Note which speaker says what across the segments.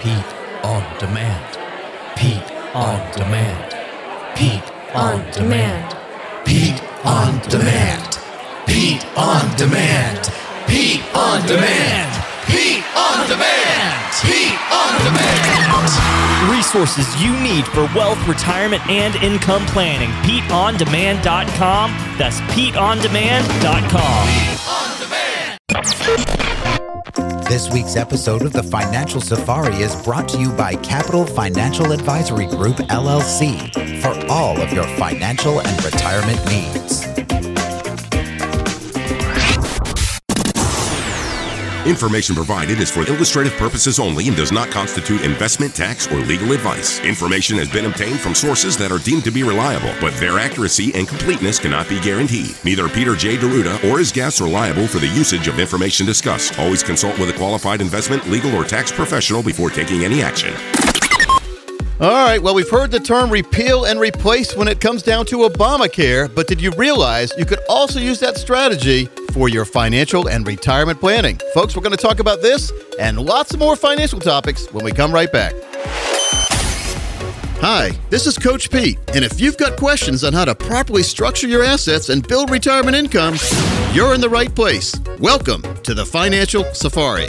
Speaker 1: Pete on demand. Pete on demand. Pete on demand. Pete on demand. Pete on demand. Pete on demand. Pete on demand. Pete on demand.
Speaker 2: Resources you need for wealth, retirement, and income planning. PeteOnDemand.com. That's PeteOnDemand.com.
Speaker 3: This week's episode of the Financial Safari is brought to you by Capital Financial Advisory Group, LLC, for all of your financial and retirement needs.
Speaker 4: Information provided is for illustrative purposes only and does not constitute investment, tax, or legal advice. Information has been obtained from sources that are deemed to be reliable, but their accuracy and completeness cannot be guaranteed. Neither Peter J. Deruta or his guests are liable for the usage of information discussed. Always consult with a qualified investment, legal, or tax professional before taking any action.
Speaker 5: All right, well, we've heard the term repeal and replace when it comes down to Obamacare, but did you realize you could also use that strategy for your financial and retirement planning? Folks, we're going to talk about this and lots more financial topics when we come right back. Hi, this is Coach Pete, and if you've got questions on how to properly structure your assets and build retirement income, you're in the right place. Welcome to the Financial Safari.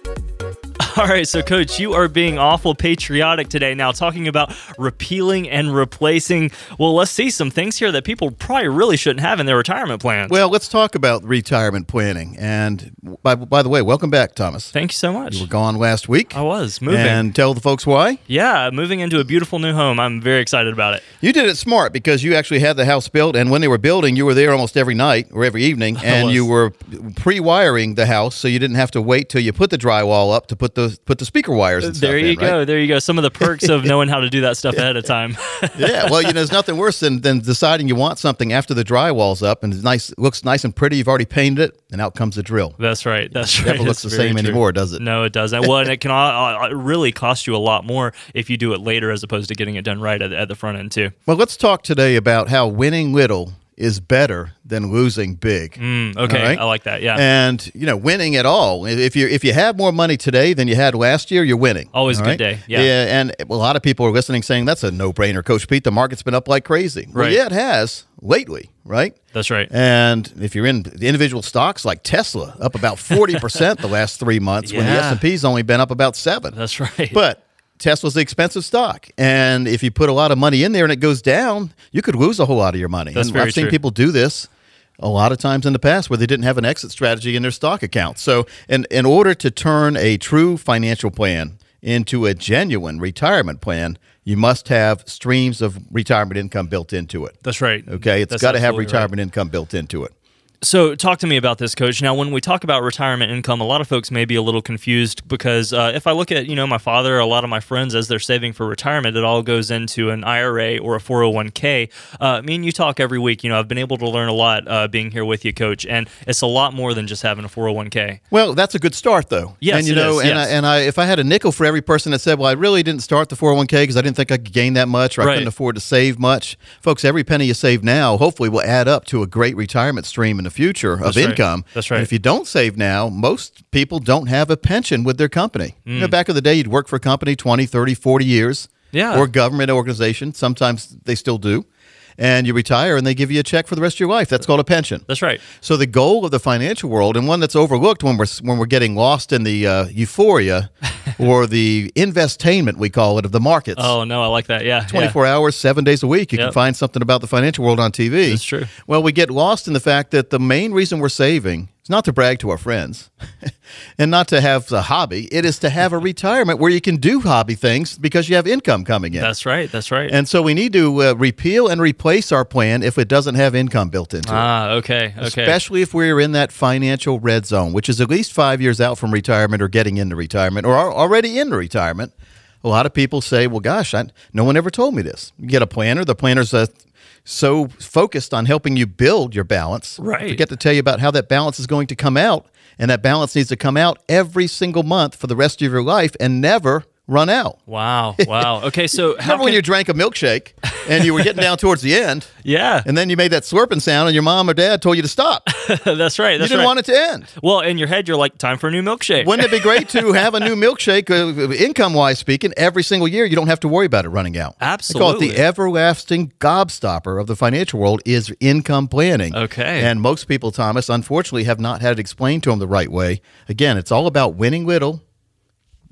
Speaker 2: All right, so Coach, you are being awful patriotic today. Now, talking about repealing and replacing, well, let's see some things here that people probably really shouldn't have in their retirement plans.
Speaker 5: Well, let's talk about retirement planning. And by, by the way, welcome back, Thomas.
Speaker 2: Thank you so much.
Speaker 5: You were gone last week.
Speaker 2: I was moving.
Speaker 5: And tell the folks why.
Speaker 2: yeah, moving into a beautiful new home. I'm very excited about it.
Speaker 5: You did it smart because you actually had the house built, and when they were building, you were there almost every night or every evening, and
Speaker 2: was.
Speaker 5: you were pre-wiring the house, so you didn't have to wait till you put the drywall up to put the put the speaker wires. And
Speaker 2: There
Speaker 5: stuff
Speaker 2: you
Speaker 5: in,
Speaker 2: go.
Speaker 5: right?
Speaker 2: There you go. Some of the perks of knowing how to do that stuff ahead of time.
Speaker 5: yeah, well, you know, there's nothing worse than, than deciding you want something after the drywall's up and it's nice, looks nice and pretty. You've already painted it, and out comes the drill.
Speaker 2: That's right. That's right.
Speaker 5: never looks
Speaker 2: It's
Speaker 5: the
Speaker 2: very
Speaker 5: same
Speaker 2: true.
Speaker 5: anymore, does it?
Speaker 2: No, it doesn't. Well, and it can uh, uh, really cost you a lot more if you do it later as opposed to getting it done right at, at the front end, too.
Speaker 5: Well, let's talk today about how winning little is better than losing big.
Speaker 2: Mm, okay.
Speaker 5: All right.
Speaker 2: I like that. Yeah.
Speaker 5: And you know, winning at all. If you if you have more money today than you had last year, you're winning.
Speaker 2: Always a
Speaker 5: All
Speaker 2: good day. Yeah.
Speaker 5: yeah. And a lot of people are listening, saying that's a no brainer, Coach Pete. The market's been up like crazy. Well,
Speaker 2: Right.
Speaker 5: yeah, it has lately, right?
Speaker 2: That's right.
Speaker 5: And if you're in the individual stocks like Tesla, up about forty percent the last three months, when the
Speaker 2: Yeah.
Speaker 5: S and P's only been up about seven.
Speaker 2: That's right.
Speaker 5: But Tesla's the expensive stock, and if you put a lot of money in there and it goes down, you could lose a whole lot of your money.
Speaker 2: That's
Speaker 5: and
Speaker 2: very
Speaker 5: I've seen
Speaker 2: true.
Speaker 5: people do this a lot of times in the past where they didn't have an exit strategy in their stock account. So, in in order to turn a true financial plan into a genuine retirement plan, you must have streams of retirement income built into it.
Speaker 2: That's right.
Speaker 5: Okay, it's
Speaker 2: That's
Speaker 5: got to have
Speaker 2: absolutely right.
Speaker 5: retirement income built into it.
Speaker 2: So, talk to me about this, Coach. Now, when we talk about retirement income, a lot of folks may be a little confused because uh, if I look at, you know, my father, a lot of my friends, as they're saving for retirement, it all goes into an IRA or a 401k. Uh, me and you talk every week. You know, I've been able to learn a lot uh, being here with you, Coach, and it's a lot more than just having a 401k.
Speaker 5: Well, that's a good start, though.
Speaker 2: Yes,
Speaker 5: and you
Speaker 2: it is,
Speaker 5: know, and
Speaker 2: yes.
Speaker 5: I, and I, if I had a nickel for every person that said, "Well, I really didn't start the 401k because I didn't think I could gain that much, or I
Speaker 2: Right.
Speaker 5: couldn't afford to save much," folks, every penny you save now, hopefully, will add up to a great retirement stream in the future of
Speaker 2: That's right.
Speaker 5: income.
Speaker 2: That's
Speaker 5: And
Speaker 2: right.
Speaker 5: if you don't save now, most people don't have a pension with their company. You
Speaker 2: Mm.
Speaker 5: know, back in the day, you'd work for a company 20, 30, 40 years,
Speaker 2: Yeah.
Speaker 5: or a government organization. Sometimes they still do. And you retire, and they give you a check for the rest of your life. That's called a pension.
Speaker 2: That's right.
Speaker 5: So the goal of the financial world, and one that's overlooked when we're when we're getting lost in the uh, euphoria or the investainment we call it of the markets.
Speaker 2: Oh, no, I like that. Yeah. yeah.
Speaker 5: 24 hours, seven days a week, you can
Speaker 2: Yep.
Speaker 5: find something about the financial world on TV.
Speaker 2: That's true.
Speaker 5: Well, we get lost in the fact that the main reason we're saving It's not to brag to our friends and not to have the hobby. It is to have a retirement where you can do hobby things because you have income coming in.
Speaker 2: That's right. That's right.
Speaker 5: and so we need to uh, repeal and replace our plan if it doesn't have income built into it.
Speaker 2: ah, okay. Okay.
Speaker 5: Especially if we're in that financial red zone, which is at least five years out from retirement or getting into retirement or are already in retirement. A lot of people say, well, gosh, I, no one ever told me this. You get a planner, the planner's uh, so focused on helping you build your balance.
Speaker 2: Right.
Speaker 5: Forget to tell you about how that balance is going to come out. And that balance needs to come out every single month for the rest of your life and never run out.
Speaker 2: wow. Wow. Okay. So how
Speaker 5: Remember when
Speaker 2: can-
Speaker 5: you drank a milkshake and you were getting down towards the end,
Speaker 2: Yeah.
Speaker 5: and then you made that slurping sound, and your mom or dad told you to stop.
Speaker 2: that's right.
Speaker 5: You
Speaker 2: That's
Speaker 5: didn't
Speaker 2: right.
Speaker 5: want it to end.
Speaker 2: well, in your head, you're like, time for a new milkshake.
Speaker 5: Wouldn't it be great to have a new milkshake, uh, income wise speaking, every single year? You don't have to worry about it running out. They call it
Speaker 2: Absolutely.
Speaker 5: the everlasting gobstopper of the financial world is income planning.
Speaker 2: Okay.
Speaker 5: And most people, Thomas, unfortunately, have not had it explained to them the right way. Again, it's all about winning little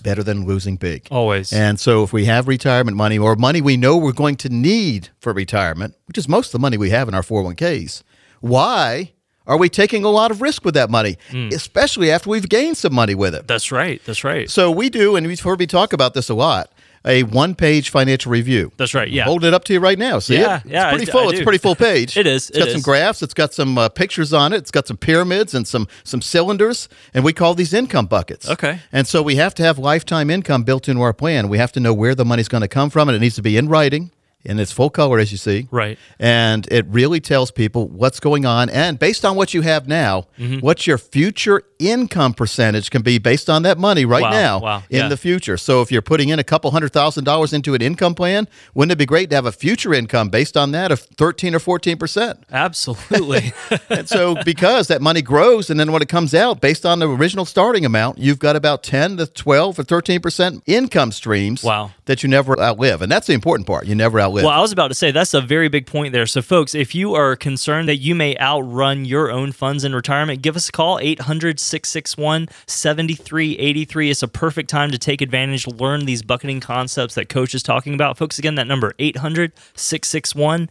Speaker 5: better than losing big.
Speaker 2: Always.
Speaker 5: And so if we have retirement money or money we know we're going to need for retirement, which is most of the money we have in our 401ks, why are we taking a lot of risk with that money, especially after we've gained some money with it?
Speaker 2: that's right. That's right.
Speaker 5: So we do, and we've heard me talk about this a lot, a one page financial review.
Speaker 2: That's right, yeah.
Speaker 5: Hold it up to you right now. See
Speaker 2: Yeah,
Speaker 5: it?
Speaker 2: yeah, I
Speaker 5: It's pretty
Speaker 2: d- I
Speaker 5: full. it's
Speaker 2: do.
Speaker 5: a pretty full page.
Speaker 2: It is,
Speaker 5: It's got
Speaker 2: it
Speaker 5: some
Speaker 2: is.
Speaker 5: graphs. It's got some uh, pictures on it. It's got some pyramids and some some cylinders, and we call these income buckets.
Speaker 2: Okay.
Speaker 5: And so we have to have lifetime income built into our plan. We have to know where the money's going to come from, and it needs to be in writing. And it's full color, as you see.
Speaker 2: Right.
Speaker 5: And it really tells people what's going on. And based on what you have now,
Speaker 2: Mm-hmm.
Speaker 5: what your future income percentage can be based on that money right
Speaker 2: Wow,
Speaker 5: now
Speaker 2: wow,
Speaker 5: in
Speaker 2: yeah.
Speaker 5: the future. So if you're putting in a couple hundred thousand dollars into an income plan, wouldn't it be great to have a future income based on that of 13 or 14%?
Speaker 2: Absolutely.
Speaker 5: And so because that money grows and then when it comes out based on the original starting amount, you've got about 10 to 12 or 13% income streams
Speaker 2: Wow.
Speaker 5: that you never outlive. And that's the important part. You never outlive.
Speaker 2: Well, I was about to say that's a very big point there. So, folks, if you are concerned that you may outrun your own funds in retirement, give us a call 800 661 7383. It's a perfect time to take advantage, learn these bucketing concepts that Coach is talking about. Folks, again, that number 800 661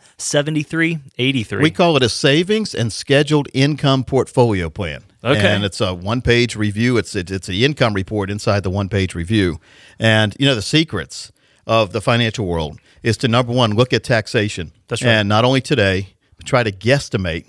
Speaker 2: 7383.
Speaker 5: We call it a savings and scheduled income portfolio plan.
Speaker 2: Okay.
Speaker 5: And it's a one page review. It's it, it's the income report inside the one page review. And you know the secrets of the financial world is to number one look at taxation.
Speaker 2: That's right.
Speaker 5: And not only today. but Try to guesstimate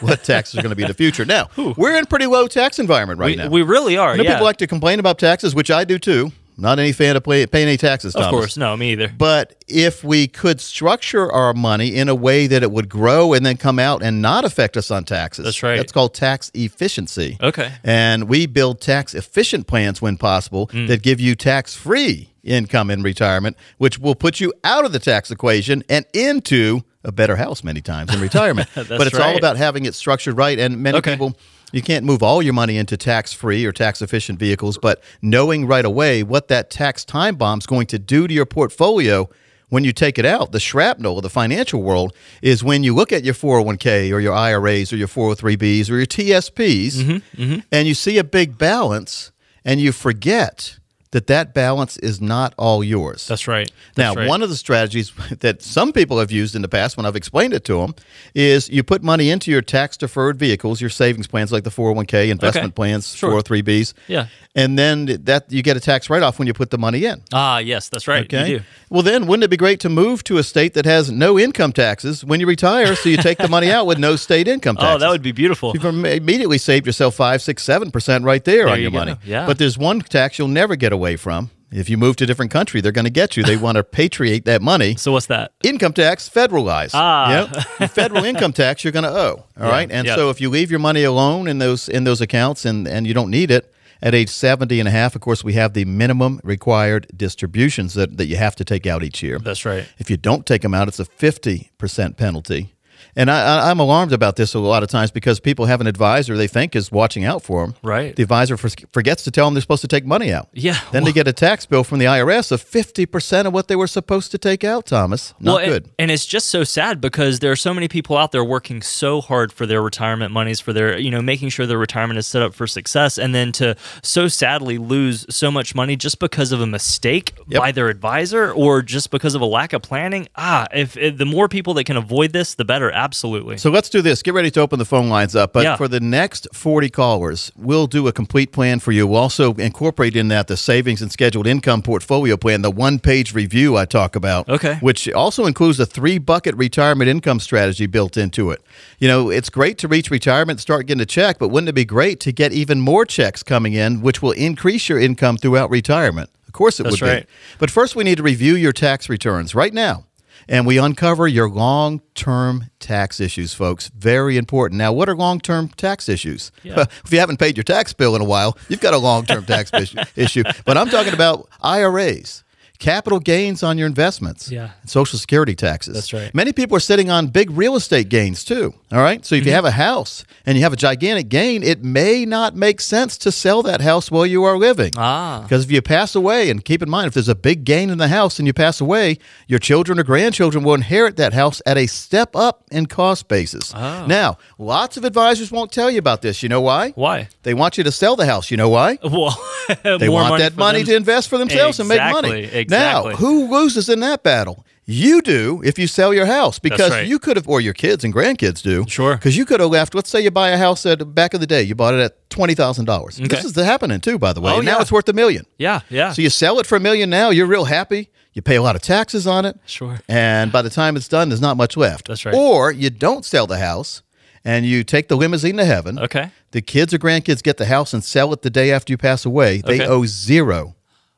Speaker 5: what taxes are going to be in the future. Now we're in a pretty low tax environment
Speaker 2: We,
Speaker 5: right now.
Speaker 2: we really are.
Speaker 5: I know
Speaker 2: yeah.
Speaker 5: people like to complain about taxes, which I do too. Not any fan of pay, paying any taxes.
Speaker 2: of
Speaker 5: Thomas.
Speaker 2: course. No, me either.
Speaker 5: But if we could structure our money in a way that it would grow and then come out and not affect us on taxes,
Speaker 2: That's right.
Speaker 5: That's called tax efficiency.
Speaker 2: Okay.
Speaker 5: And we build tax efficient plans when possible
Speaker 2: Mm.
Speaker 5: that give you tax free income in retirement, which will put you out of the tax equation and into a better house many times in retirement. but it's all
Speaker 2: right.
Speaker 5: about having it structured right. And many
Speaker 2: Okay.
Speaker 5: people. You can't move all your money into tax free or tax efficient vehicles, but knowing right away what that tax time bomb's going to do to your portfolio when you take it out, the shrapnel of the financial world is when you look at your 401k or your IRAs or your 403bs or your TSPs and you see a big balance and you forget that that balance is not all yours.
Speaker 2: That's right.
Speaker 5: Now,
Speaker 2: That's right.
Speaker 5: one of the strategies that some people have used in the past when I've explained it to them is you put money into your tax deferred vehicles, your savings plans like the 401k, investment
Speaker 2: Okay.
Speaker 5: plans,
Speaker 2: Sure.
Speaker 5: 403bs.
Speaker 2: Yeah.
Speaker 5: And then that you get a tax write off when you put the money in.
Speaker 2: Ah, yes, that's right. You
Speaker 5: Okay.
Speaker 2: do.
Speaker 5: Well, then wouldn't it be great to move to a state that has no income taxes when you retire so you take the money out with no state income taxes?
Speaker 2: Oh, that would be beautiful.
Speaker 5: You've im- immediately saved yourself five, six, seven percent right there, on
Speaker 2: you
Speaker 5: your
Speaker 2: go.
Speaker 5: money.
Speaker 2: Yeah.
Speaker 5: But there's one tax you'll never get away from. If you move to a different country, they're going to get you. They want to patriate that money.
Speaker 2: So, what's that?
Speaker 5: Income tax, federalized.
Speaker 2: Ah.
Speaker 5: Yep. federal income tax you're going to owe. All right. And
Speaker 2: yeah.
Speaker 5: so if you leave your money alone in those in those accounts and, and you don't need it, at age 70 and a half, of course, we have the minimum required distributions that, that you have to take out each year.
Speaker 2: That's right.
Speaker 5: If you don't take them out, it's a 50% penalty. And I, I, I'm alarmed about this a lot of times because people have an advisor they think is watching out for them.
Speaker 2: Right.
Speaker 5: The advisor for, forgets to tell them they're supposed to take money out.
Speaker 2: Yeah,
Speaker 5: Then they get a tax bill from the IRS of 50% of what they were supposed to take out, Thomas. Not
Speaker 2: well,
Speaker 5: good.
Speaker 2: And, and it's just so sad because there are so many people out there working so hard for their retirement monies, for their, you know, making sure their retirement is set up for success, and then to so sadly lose so much money just because of a mistake by their advisor or just because of a lack of planning. Ah, if, if the more people that can avoid this, the better. Sure, absolutely.
Speaker 5: So let's do this. Get ready to open the phone lines up. But
Speaker 2: Yeah.
Speaker 5: for the next 40 callers, we'll do a complete plan for you. We'll also incorporate in that the savings and scheduled income portfolio plan, the one page review I talk about.
Speaker 2: Okay.
Speaker 5: Which also includes a three bucket retirement income strategy built into it. You know, it's great to reach retirement, and start getting a check, but wouldn't it be great to get even more checks coming in, which will increase your income throughout retirement? Of course, it
Speaker 2: That's
Speaker 5: would be.
Speaker 2: right.
Speaker 5: But first, we need to review your tax returns right now. And we uncover your long term tax issues, folks. Very important. Now, what are long term tax issues?
Speaker 2: Yeah.
Speaker 5: if you haven't paid your tax bill in a while, you've got a long term tax issue- issue. But I'm talking about IRAs, capital gains on your investments,
Speaker 2: Yeah.
Speaker 5: and Social Security taxes.
Speaker 2: That's right.
Speaker 5: Many people are sitting on big real estate gains too. All right. So if
Speaker 2: Mm-hmm.
Speaker 5: you have a house and you have a gigantic gain, it may not make sense to sell that house while you are living.
Speaker 2: Ah.
Speaker 5: Because if you pass away, and keep in mind, if there's a big gain in the house and you pass away, your children or grandchildren will inherit that house at a step up in cost basis. Now, lots of advisors won't tell you about this. You know why?
Speaker 2: Oh. Why?
Speaker 5: They want you to sell the house. You know why?
Speaker 2: Well,
Speaker 5: They want that money to invest for themselves and make money.
Speaker 2: Exactly, exactly.
Speaker 5: Now, who loses in that battle? You do if you sell your house because
Speaker 2: right.
Speaker 5: you could have, or your kids and grandkids do.
Speaker 2: Sure.
Speaker 5: Because you could have left, let's say you buy a house at back of the day, you bought it at $20,000. This
Speaker 2: Okay.
Speaker 5: is happening too, by the way.
Speaker 2: Oh,
Speaker 5: and now
Speaker 2: yeah.
Speaker 5: it's worth a million.
Speaker 2: Yeah, yeah.
Speaker 5: So you sell it for a million now, you're real happy. You pay a lot of taxes on it.
Speaker 2: Sure.
Speaker 5: And by the time it's done, there's not much left.
Speaker 2: That's right.
Speaker 5: Or you don't sell the house and you take the limousine to heaven.
Speaker 2: Okay.
Speaker 5: The kids or grandkids get the house and sell it the day after you pass away. They
Speaker 2: Okay.
Speaker 5: owe zero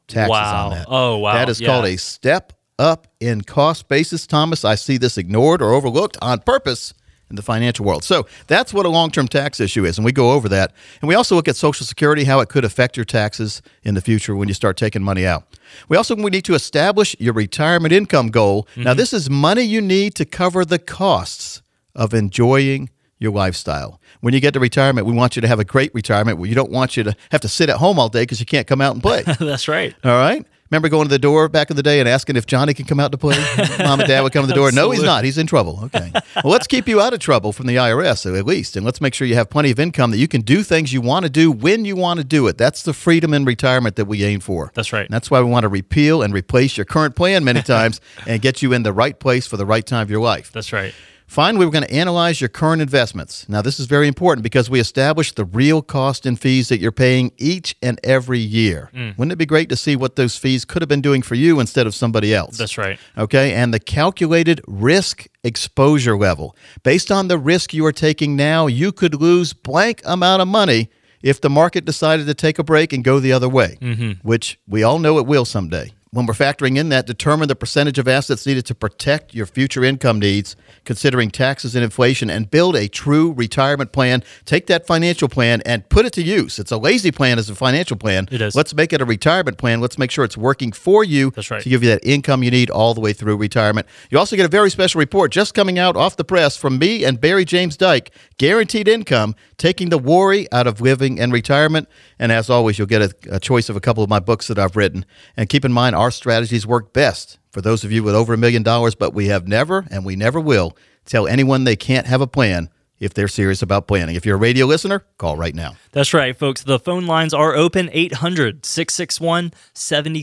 Speaker 5: taxes
Speaker 2: Wow.
Speaker 5: on that.
Speaker 2: Oh, wow.
Speaker 5: That is
Speaker 2: Yeah.
Speaker 5: called a step up in cost basis, Thomas. I see this ignored or overlooked on purpose in the financial world. So that's what a long term tax issue is. And we go over that. And we also look at Social Security, how it could affect your taxes in the future when you start taking money out. We also we need to establish your retirement income goal. Now, this is money you need to cover the costs of enjoying your lifestyle. When you get to retirement, we want you to have a great retirement. We don't want you to have to sit at home all day because you can't come out and play.
Speaker 2: That's right.
Speaker 5: All right. Remember going to the door back in the day and asking if Johnny can come out to play? Mom and dad would come to the door. No, he's not. He's in trouble. Okay. Well, let's keep you out of trouble from the IRS at least. And let's make sure you have plenty of income that you can do things you want to do when you want to do it. That's the freedom in retirement that we aim for.
Speaker 2: That's right.
Speaker 5: And that's why we want to repeal and replace your current plan many times and get you in the right place for the right time of your life.
Speaker 2: That's right.
Speaker 5: Finally, we're going to analyze your current investments. Now, this is very important because we establish the real cost and fees that you're paying each and every year. Wouldn't it be great to see what those fees could have been doing for you instead of somebody else?
Speaker 2: That's right.
Speaker 5: Okay, and the calculated risk exposure level. Based on the risk you are taking now, you could lose blank amount of money if the market decided to take a break and go the other way,
Speaker 2: Mm-hmm.
Speaker 5: which we all know it will someday. When we're factoring in that, determine the percentage of assets needed to protect your future income needs, considering taxes and inflation, and build a true retirement plan. Take that financial plan and put it to use. It's a lazy plan as a financial plan.
Speaker 2: It is.
Speaker 5: Let's make it a retirement plan. Let's make sure it's working for you
Speaker 2: That's right.
Speaker 5: to give you that income you need all the way through retirement. You also get a very special report just coming out off the press from me and Barry James Dyke, Guaranteed Income, taking the worry out of living and retirement. And as always, you'll get a, a choice of a couple of my books that I've written. And keep in mind, our strategies work best for those of you with over a million dollars, but we have never and we never will tell anyone they can't have a plan if they're serious about planning. If you're a radio listener, call right now.
Speaker 2: That's right, folks. The phone lines are open 800 661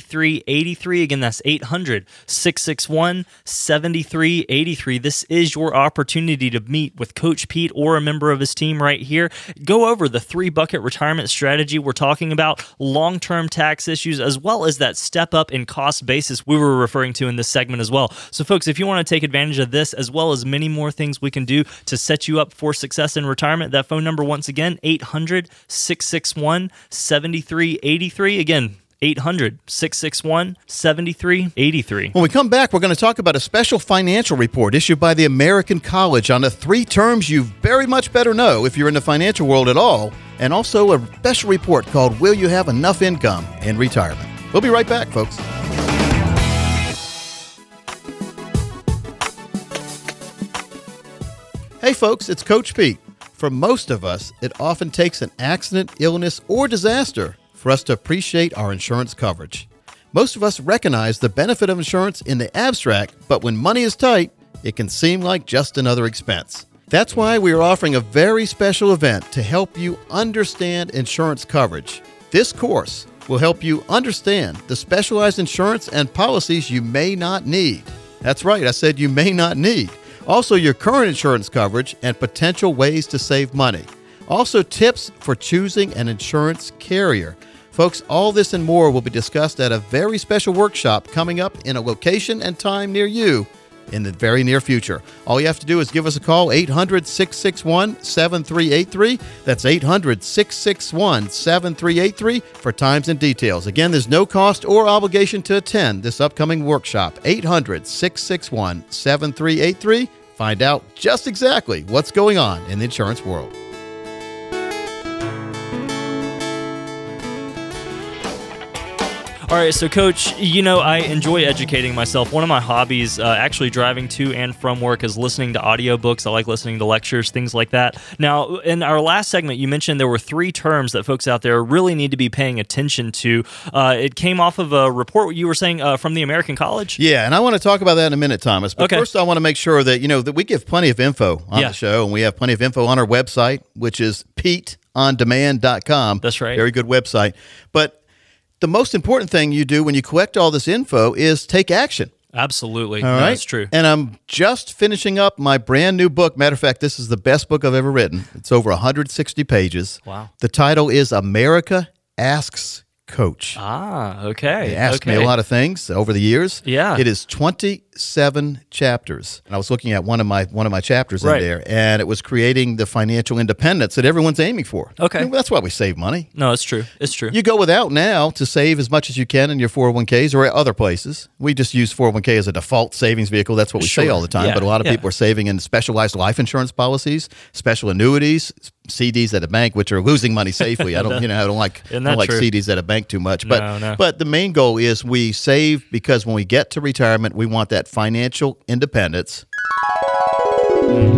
Speaker 2: 7383. Again, that's 800 661 7383. This is your opportunity to meet with Coach Pete or a member of his team right here. Go over the three bucket retirement strategy we're talking about, long term tax issues, as well as that step up in cost basis we were referring to in this segment as well. So, folks, if you want to take advantage of this, as well as many more things we can do to set you up for success in retirement, that phone number once again, 800 661 7383. Again, 800 661 7383.
Speaker 5: When we come back, we're going to talk about a special financial report issued by the American College on the three terms you very much better know if you're in the financial world at all, and also a special report called Will You Have Enough Income in Retirement? We'll be right back, folks. Hey, folks, it's Coach Pete. For most of us, it often takes an accident, illness, or disaster for us to appreciate our insurance coverage. Most of us recognize the benefit of insurance in the abstract, but when money is tight, it can seem like just another expense. That's why we are offering a very special event to help you understand insurance coverage. This course will help you understand the specialized insurance and policies you may not need. That's right, I said you may not need. also your current insurance coverage and potential ways to save money. Also, tips for choosing an insurance carrier. Folks, all this and more will be discussed at a very special workshop coming up in a location and time near you in the very near future. All you have to do is give us a call, 800 661 7383. That's 800 661 7383 for times and details. Again, there's no cost or obligation to attend this upcoming workshop, 800 661 7383. Find out just exactly what's going on in the insurance world.
Speaker 2: All right, so coach, you know I enjoy educating myself. One of my hobbies, uh, actually driving to and from work, is listening to audiobooks. I like listening to lectures, things like that. Now, in our last segment, you mentioned there were three terms that folks out there really need to be paying attention to. Uh, it came off of a report you were saying uh, from the American College.
Speaker 5: Yeah, and I want to talk about that in a minute, Thomas. But
Speaker 2: Okay.
Speaker 5: first, I want to make sure that you know that we give plenty of info on
Speaker 2: Yeah.
Speaker 5: the show, and we have plenty of info on our website, which is PeteOnDemand.com.
Speaker 2: That's right.
Speaker 5: Very good website. But the most important thing you do when you collect all this info is take action.
Speaker 2: Absolutely,
Speaker 5: All right,
Speaker 2: No, that's true.
Speaker 5: And I'm just finishing up my brand new book. Matter of fact, this is the best book I've ever written. It's over 160 pages.
Speaker 2: Wow.
Speaker 5: The title is America Asks Coach.
Speaker 2: ah, okay.
Speaker 5: They asked
Speaker 2: okay.
Speaker 5: me a lot of things over the years.
Speaker 2: Yeah.
Speaker 5: it is twenty-seven chapters, and I was looking at one of my one of my chapters
Speaker 2: Right.
Speaker 5: in there, and it was creating the financial independence that everyone's aiming for.
Speaker 2: Okay.
Speaker 5: You know, that's why we save money.
Speaker 2: No, it's true. It's true.
Speaker 5: You go without now to save as much as you can in your 401ks or at other places. We just use 401k as a default savings vehicle. That's what we say
Speaker 2: Sure.
Speaker 5: all the time.
Speaker 2: Yeah.
Speaker 5: But a lot of
Speaker 2: Yeah.
Speaker 5: people are saving in specialized life insurance policies, special annuities, CDs at a bank, which are losing money safely. I don't, you know, I don't like, I
Speaker 2: Isn't
Speaker 5: don't
Speaker 2: that
Speaker 5: like
Speaker 2: true?
Speaker 5: CDs at a bank too much. But
Speaker 2: No, no.
Speaker 5: but the main goal is we save because when we get to retirement, we want that financial independence,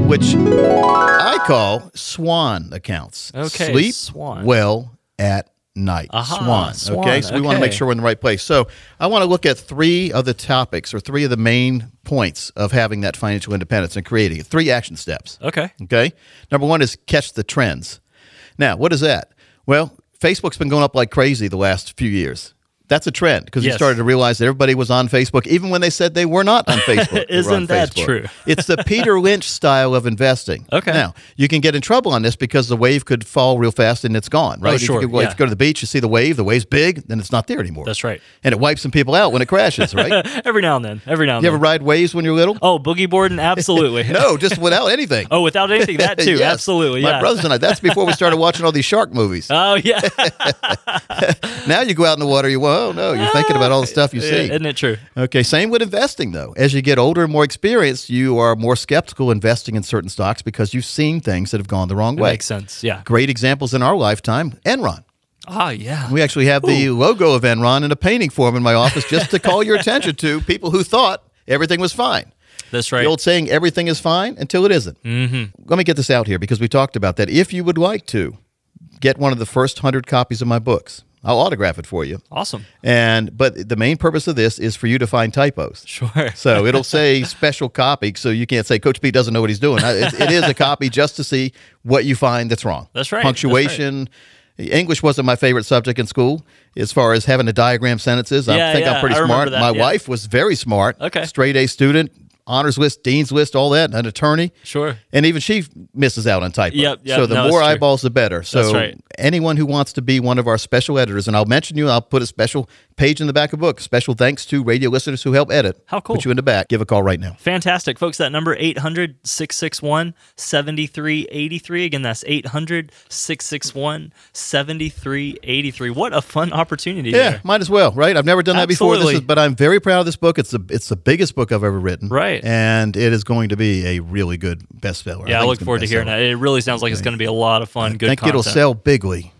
Speaker 5: which I call SWAN accounts.
Speaker 2: Okay,
Speaker 5: Sleep
Speaker 2: SWAN.
Speaker 5: well at night.
Speaker 2: Aha,
Speaker 5: SWAN,
Speaker 2: SWAN,
Speaker 5: Okay. So we want to make
Speaker 2: okay.
Speaker 5: sure we're in the right place. So I want to look at three of the topics or three of the main points of having that financial independence and creating it. Three action steps.
Speaker 2: Okay.
Speaker 5: Okay. Number one is catch the trends. Now, what is that? Well, Facebook's been going up like crazy the last few years. That's a trend because we
Speaker 2: Yes.
Speaker 5: started to realize that everybody was on Facebook, even when they said they were not on Facebook. they were
Speaker 2: Isn't
Speaker 5: on
Speaker 2: that
Speaker 5: Facebook.
Speaker 2: true?
Speaker 5: it's the Peter Lynch style of investing.
Speaker 2: Okay.
Speaker 5: Now, you can get in trouble on this because the wave could fall real fast and it's gone, right? If you
Speaker 2: Oh, sure,
Speaker 5: go- If you
Speaker 2: yeah.
Speaker 5: go to the beach, you see the wave, the wave's big, then it's not there anymore.
Speaker 2: That's right.
Speaker 5: And it wipes some people out when it crashes, right? you
Speaker 2: Every now and then. Every now and
Speaker 5: ever
Speaker 2: then.
Speaker 5: ride waves when you're little?
Speaker 2: oh, boogie boarding? Absolutely.
Speaker 5: No, just without anything.
Speaker 2: Oh, without anything, that too.
Speaker 5: Yes.
Speaker 2: Absolutely.
Speaker 5: My
Speaker 2: yeah.
Speaker 5: brothers and I, that's before we started watching all these shark movies.
Speaker 2: Oh yeah.
Speaker 5: now you go out in the water, you, whoa, no, you're thinking about all the stuff you
Speaker 2: Yeah,
Speaker 5: see.
Speaker 2: Eh, Isn't it true?
Speaker 5: Okay, same with investing, though. As you get older and more experienced, you are more skeptical investing in certain stocks because you've seen things that have gone the wrong way.
Speaker 2: Makes sense. Yeah.
Speaker 5: Great examples in our lifetime Enron.
Speaker 2: Ah, yeah.
Speaker 5: We actually have the logo of Enron in a painting form in my office just to call your attention to people who thought everything was fine.
Speaker 2: That's right.
Speaker 5: The old saying, everything is fine until it isn't. Let me get this out here because we talked about that. If you would like to get one of the first 100 copies of my books, I'll autograph it for you.
Speaker 2: awesome.
Speaker 5: And but the main purpose of this is for you to find typos.
Speaker 2: Sure.
Speaker 5: So it'll say special copy, so you can't say Coach Pete doesn't know what he's doing. I- It, it is a copy just to see what you find that's wrong.
Speaker 2: That's right. That's right.
Speaker 5: Punctuation. English wasn't my favorite subject in school as far as having to diagram sentences. I
Speaker 2: Yeah,
Speaker 5: think I'm
Speaker 2: yeah,
Speaker 5: pretty
Speaker 2: I remember
Speaker 5: smart.
Speaker 2: that,
Speaker 5: my
Speaker 2: yeah.
Speaker 5: wife was very smart.
Speaker 2: Okay.
Speaker 5: Straight A student, honors list, dean's list, all that, an attorney.
Speaker 2: Sure.
Speaker 5: And even she misses out on typos.
Speaker 2: Yep, yep.
Speaker 5: So the
Speaker 2: No, that's
Speaker 5: more
Speaker 2: true.
Speaker 5: eyeballs, the better. So
Speaker 2: That's right.
Speaker 5: anyone who wants to be one of our special editors, and I'll mention you, I'll put a special page in the back of the book. Special thanks to radio listeners who help edit.
Speaker 2: How cool.
Speaker 5: Put you in the back. Give a call right now.
Speaker 2: Fantastic. Folks, that number 800 661 7383. Again, that's 800 661 7383. What a fun opportunity.
Speaker 5: Yeah,
Speaker 2: there.
Speaker 5: might as well, right? I've never done that before. This
Speaker 2: Absolutely.
Speaker 5: is, but I'm very proud of this book. It's the it's the biggest book I've ever written.
Speaker 2: Right.
Speaker 5: And it is going to be a really good bestseller.
Speaker 2: Yeah, I, look forward to hearing that. It really sounds like it's going to be a lot of fun. Good
Speaker 5: I think it'll
Speaker 2: content.
Speaker 5: sell bigly.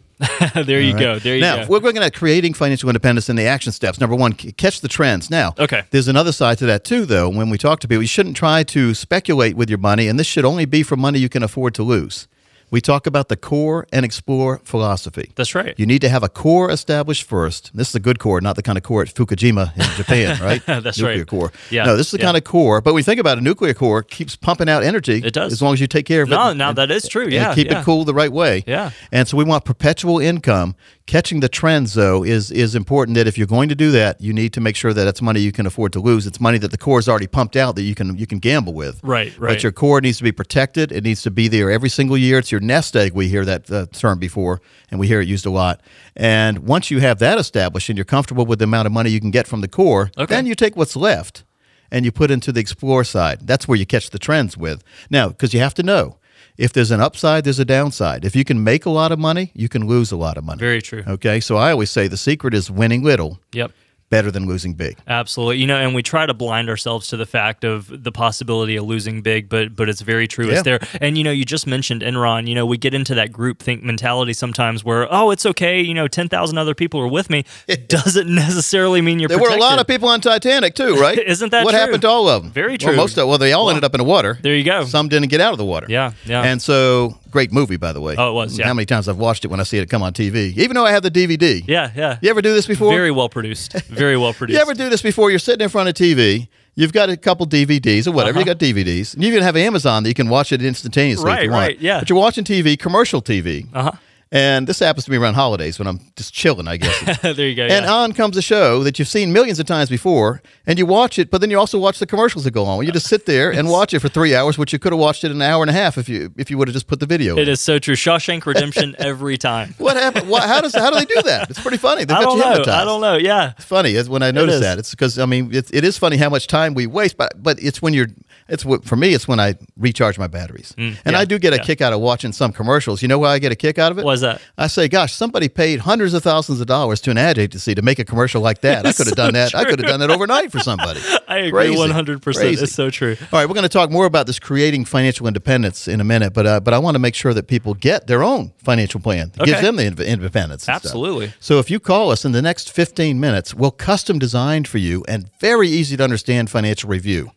Speaker 2: there you go. There you
Speaker 5: now,
Speaker 2: go.
Speaker 5: if we're looking at creating financial independence in the action steps. Number one, c- catch the trends. Now,
Speaker 2: Okay.
Speaker 5: there's another side to that too, though. When we talk to people, you shouldn't try to speculate with your money, and this should only be for money you can afford to lose. We talk about the core and explore philosophy.
Speaker 2: That's right.
Speaker 5: You need to have a core established first. This is a good core, not the kind of core at Fukushima in Japan, right?
Speaker 2: That's
Speaker 5: nuclear
Speaker 2: right.
Speaker 5: core.
Speaker 2: Yeah,
Speaker 5: No, this is the
Speaker 2: yeah.
Speaker 5: kind of core. But when you think about it, a nuclear core keeps pumping out energy.
Speaker 2: It does.
Speaker 5: As long as you take care of it.
Speaker 2: no,
Speaker 5: and-
Speaker 2: no, that is true.
Speaker 5: and
Speaker 2: Yeah.
Speaker 5: keep
Speaker 2: yeah.
Speaker 5: it cool the right way.
Speaker 2: Yeah.
Speaker 5: And so we want perpetual income. Catching the trends, though, is is important. That if you're going to do that, you need to make sure that it's money you can afford to lose. It's money that the core is already pumped out that you can you can gamble with.
Speaker 2: Right,
Speaker 5: But
Speaker 2: right.
Speaker 5: your core needs to be protected. It needs to be there every single year. It's your nest egg. We hear that uh, term before, and we hear it used a lot. And once you have that established, and you're comfortable with the amount of money you can get from the core,
Speaker 2: Okay.
Speaker 5: then you take what's left and you put into the explore side. That's where you catch the trends with. Now, because you have to know if there's an upside, there's a downside. If you can make a lot of money, you can lose a lot of money.
Speaker 2: Very true.
Speaker 5: Okay. So I always say the secret is winning little
Speaker 2: Yep.
Speaker 5: better than losing big.
Speaker 2: Absolutely. You know, and we try to blind ourselves to the fact of the possibility of losing big, but but it's very true.
Speaker 5: Yeah.
Speaker 2: It's there. And you know, you just mentioned Enron, you know, we get into that group think mentality sometimes where, oh, it's okay, you know, ten thousand other people are with me. Doesn't necessarily mean you're
Speaker 5: There were a lot
Speaker 2: protected.
Speaker 5: of people on Titanic too, right?
Speaker 2: Isn't that
Speaker 5: what
Speaker 2: true?
Speaker 5: happened to all of them?
Speaker 2: Very
Speaker 5: Well,
Speaker 2: true.
Speaker 5: most of well, they all ended up in the water.
Speaker 2: There you go.
Speaker 5: Some didn't get out of the water.
Speaker 2: Yeah, yeah.
Speaker 5: And so, great movie, by the way.
Speaker 2: Oh, it was, yeah.
Speaker 5: How many times I've watched it when I see it come on TV, even though I have the DVD.
Speaker 2: Yeah, yeah.
Speaker 5: You ever do this before?
Speaker 2: Very well produced. Very well produced.
Speaker 5: You ever do this before? You're sitting in front of TV. You've got a couple DVDs or
Speaker 2: Uh-huh.
Speaker 5: whatever. You got DVDs, and you even have Amazon that you can watch it instantaneously if
Speaker 2: Right,
Speaker 5: you want.
Speaker 2: right, yeah. Uh-huh.
Speaker 5: But you're watching TV, commercial TV. Uh huh. And this happens to me around holidays when I'm just chilling, I guess.
Speaker 2: there you go.
Speaker 5: And
Speaker 2: yeah.
Speaker 5: on comes a show that you've seen millions of times before, and you watch it, but then you also watch the commercials that go on. You just sit there and watch it for three hours, which you could have watched it in an hour and a half if you if you would have just put the video.
Speaker 2: it
Speaker 5: in.
Speaker 2: is so true. Shawshank Redemption every time.
Speaker 5: What happened? Why, how does how do they do that? It's pretty funny. They've
Speaker 2: I
Speaker 5: got
Speaker 2: don't
Speaker 5: you
Speaker 2: know.
Speaker 5: hypnotized.
Speaker 2: I don't know. Yeah.
Speaker 5: It's funny is when I notice
Speaker 2: is.
Speaker 5: that. It's because I mean it, it is funny how much time we waste, but but it's when you're it's what for me it's when I recharge my batteries,
Speaker 2: Mm,
Speaker 5: and I do get a kick out of watching some commercials. You know why I get a kick out of it?
Speaker 2: Why's that?
Speaker 5: I say, gosh, somebody paid hundreds of thousands of dollars to an ad agency to make a commercial like that. I could have done that. I could have done that overnight for somebody.
Speaker 2: I agree
Speaker 5: Crazy.
Speaker 2: one hundred percent.
Speaker 5: Crazy.
Speaker 2: It's so true.
Speaker 5: All right, we're going to talk more about this creating financial independence in a minute, but uh, but I want to make sure that people get their own financial plan that gives
Speaker 2: Okay.
Speaker 5: them the inv- independence. and stuff.
Speaker 2: Absolutely.
Speaker 5: So if you call us in the next 15 minutes, we'll custom design for you and very easy to understand financial review.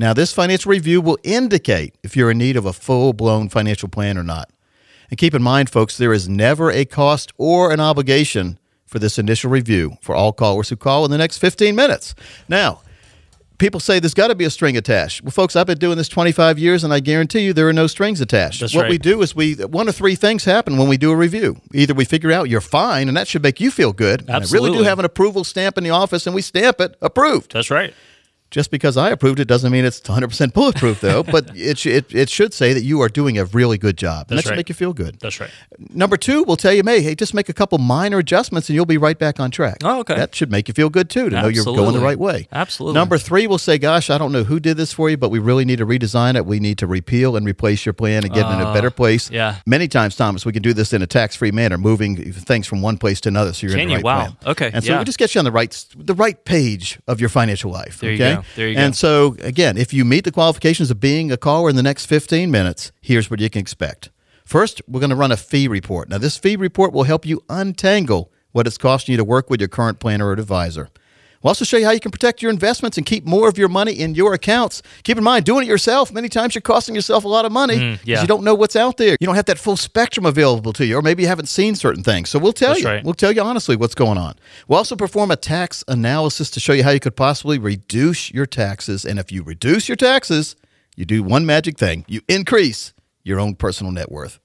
Speaker 5: Now, this financial review will indicate if you're in need of a full blown financial plan or not. And keep in mind, folks, there is never a cost or an obligation for this initial review for all callers who call in the next 15 minutes. Now, people say there's got to be a string attached. Well, folks, I've been doing this 25 years, and I guarantee you there are no strings attached.
Speaker 2: That's
Speaker 5: what
Speaker 2: right.
Speaker 5: we do is we one of three things happen when we do a review. Either we figure out you're fine, and that should make you feel good. And I really do
Speaker 2: Absolutely.
Speaker 5: have an approval stamp in the office, and we stamp it approved.
Speaker 2: That's right.
Speaker 5: Just because I approved it doesn't mean it's 100 percent bulletproof, though. but it, sh- it it should say that you are doing a really good job, and
Speaker 2: That's
Speaker 5: that should
Speaker 2: right.
Speaker 5: make you feel good.
Speaker 2: That's right.
Speaker 5: Number two, we'll tell you, hey, hey, just make a couple minor adjustments and you'll be right back on track.
Speaker 2: Oh, okay.
Speaker 5: That should make you feel good too to know you're going the
Speaker 2: Absolutely.
Speaker 5: right way.
Speaker 2: Absolutely.
Speaker 5: Number three, we'll say, gosh, I don't know who did this for you, but we really need to redesign it. We need to repeal and replace your plan and get it in a better place.
Speaker 2: Uh, yeah.
Speaker 5: Many times, Thomas, we can do this in a tax free manner, moving things from one place to another so you're
Speaker 2: Can
Speaker 5: in the
Speaker 2: you?
Speaker 5: right
Speaker 2: Wow.
Speaker 5: plan.
Speaker 2: Okay,
Speaker 5: And so
Speaker 2: yeah.
Speaker 5: we just get you on the right the right page of your financial life.
Speaker 2: There you
Speaker 5: okay?
Speaker 2: go. There you go.
Speaker 5: And so, again, if you meet the qualifications of being a caller in the next 15 minutes, here's what you can expect. First, we're going to run a fee report. Now, this fee report will help you untangle what it's costing you to work with your current planner or advisor. We'll also show you how you can protect your investments and keep more of your money in your accounts. Keep in mind, doing it yourself, many times you're costing yourself a lot of money because
Speaker 2: yeah.
Speaker 5: you don't know what's out there. You don't have that full spectrum available to you, or maybe you haven't seen certain things. So we'll tell
Speaker 2: That's
Speaker 5: you.
Speaker 2: right.
Speaker 5: We'll tell you honestly what's going on. We'll also perform a tax analysis to show you how you could possibly reduce your taxes. And if you reduce your taxes, you do one magic thing you increase your own personal net worth.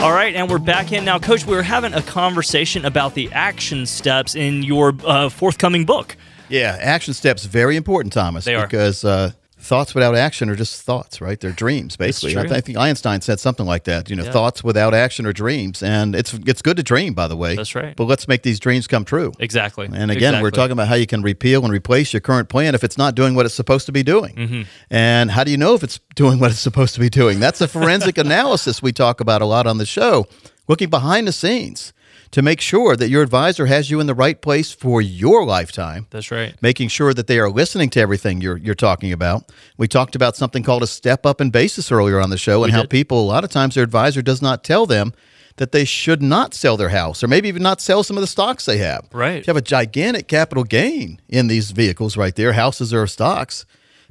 Speaker 2: All right, and we're back in now, Coach. We were having a conversation about the action steps in your uh, forthcoming book.
Speaker 5: Yeah, action steps very important, Thomas.
Speaker 2: They are.
Speaker 5: because uh, thoughts without action are just thoughts, right? They're dreams, basically. I,
Speaker 2: true.
Speaker 5: thi- I think Einstein said something like that. You know, thoughts without action are dreams, and it's it's good to dream, by the way.
Speaker 2: That's right.
Speaker 5: But let's make these dreams come true.
Speaker 2: Exactly.
Speaker 5: And again, we're
Speaker 2: Exactly.
Speaker 5: talking about how you can repeal and replace your current plan if it's not doing what it's supposed to be doing.
Speaker 2: Mm-hmm.
Speaker 5: And how do you know if it's doing what it's supposed to be doing? That's a forensic analysis we talk about a lot on the show, looking behind the scenes to make sure that your advisor has you in the right place for your lifetime
Speaker 2: That's right.
Speaker 5: making sure that they are listening to everything you're you're talking about. We talked about something called a step up in basis earlier on the show, and how
Speaker 2: did.
Speaker 5: people a lot of times their advisor does not tell them that they should not sell their house or maybe even not sell some of the stocks they have.
Speaker 2: Right.
Speaker 5: You have a gigantic capital gain in these vehicles right there, houses or stocks.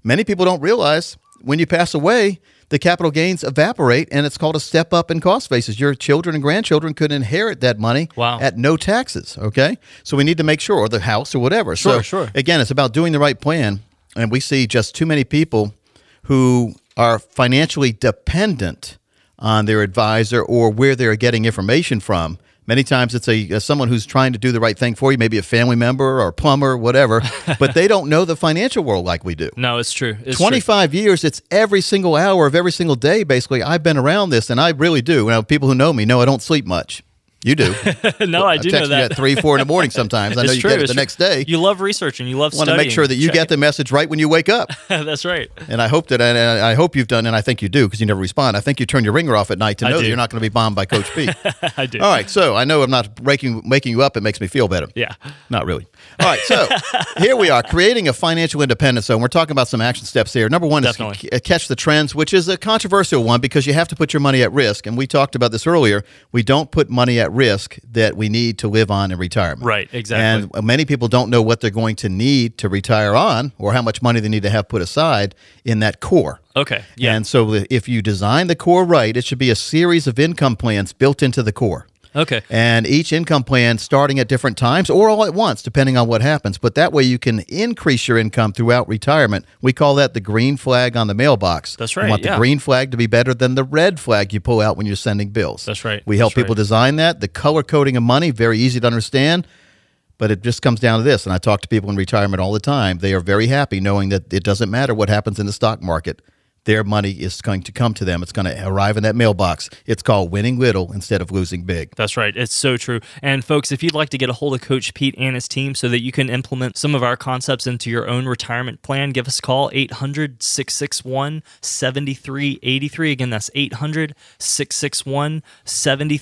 Speaker 5: Many people don't realize when you pass away, the capital gains evaporate and it's called a step up in cost basis. Your children and grandchildren could inherit that money
Speaker 2: Wow.
Speaker 5: at no taxes. Okay. So we need to make sure, or the house or whatever.
Speaker 2: Sure,
Speaker 5: so,
Speaker 2: sure.
Speaker 5: Again, it's about doing the right plan. And we see just too many people who are financially dependent on their advisor or where they're getting information from. Many times it's a, uh, someone who's trying to do the right thing for you, maybe a family member or a plumber, whatever, but they don't know the financial world like we do.
Speaker 2: No, it's true. It's Mm, true.
Speaker 5: 25 years, it's every single hour of every single day, basically. I've been around this and I really do. Now, people who know me know I don't sleep much. You do.
Speaker 2: no, I do
Speaker 5: text
Speaker 2: know
Speaker 5: you
Speaker 2: that.
Speaker 5: at three, four in the morning sometimes. I know
Speaker 2: It's
Speaker 5: you
Speaker 2: true.
Speaker 5: get it
Speaker 2: it's
Speaker 5: the
Speaker 2: true.
Speaker 5: next day.
Speaker 2: You love research and you love
Speaker 5: want to make sure that you get the message right when you wake up.
Speaker 2: that. That's right.
Speaker 5: And I hope that, and uh, I I hope you've done, and I think you do because you never respond. I think you turn your ringer off at night to
Speaker 2: I
Speaker 5: know that
Speaker 2: do.
Speaker 5: you're not going to be bombed by Coach P.
Speaker 2: I do.
Speaker 5: All right, so I know I'm not breaking, making you up. It makes me feel better.
Speaker 2: Yeah.
Speaker 5: Not really. All right, so here we are creating a financial independence zone. We're talking about some action steps here. Number one is
Speaker 2: Definitely.
Speaker 5: c- uh, catch the trends, which is a controversial one because you have to put your money at risk. And we talked about this earlier. We don't put money at risk that we need to live on in retirement.
Speaker 2: Right, exactly.
Speaker 5: And uh, many people don't know what they're going to need to retire on or how much money they need to have put aside in that core.
Speaker 2: Okay. Yeah.
Speaker 5: And so the- if you design the core right, it should be a series of income plans built into the core
Speaker 2: okay.
Speaker 5: and each income plan starting at different times or all at once, depending on what happens. But that way you can increase your income throughout retirement. We call that the green flag on the mailbox.
Speaker 2: That's
Speaker 5: We
Speaker 2: right,
Speaker 5: want the
Speaker 2: yeah.
Speaker 5: green flag to be better than the red flag you pull out when you're sending bills.
Speaker 2: That's right,
Speaker 5: We help
Speaker 2: that's right.
Speaker 5: people design that. The color coding of money, very easy to understand. But it just comes down to this, and I talk to people in retirement all the time. They are very happy knowing that it doesn't matter what happens in the stock market. Their money is going to come to them. It's going to arrive in that mailbox. It's called winning little instead of losing big.
Speaker 2: That's right. It's so true. And folks, if you'd like to get a hold of Coach Pete and his team so that you can implement some of our concepts into your own retirement plan, give us a call 800 661 7383. Again, that's 800 661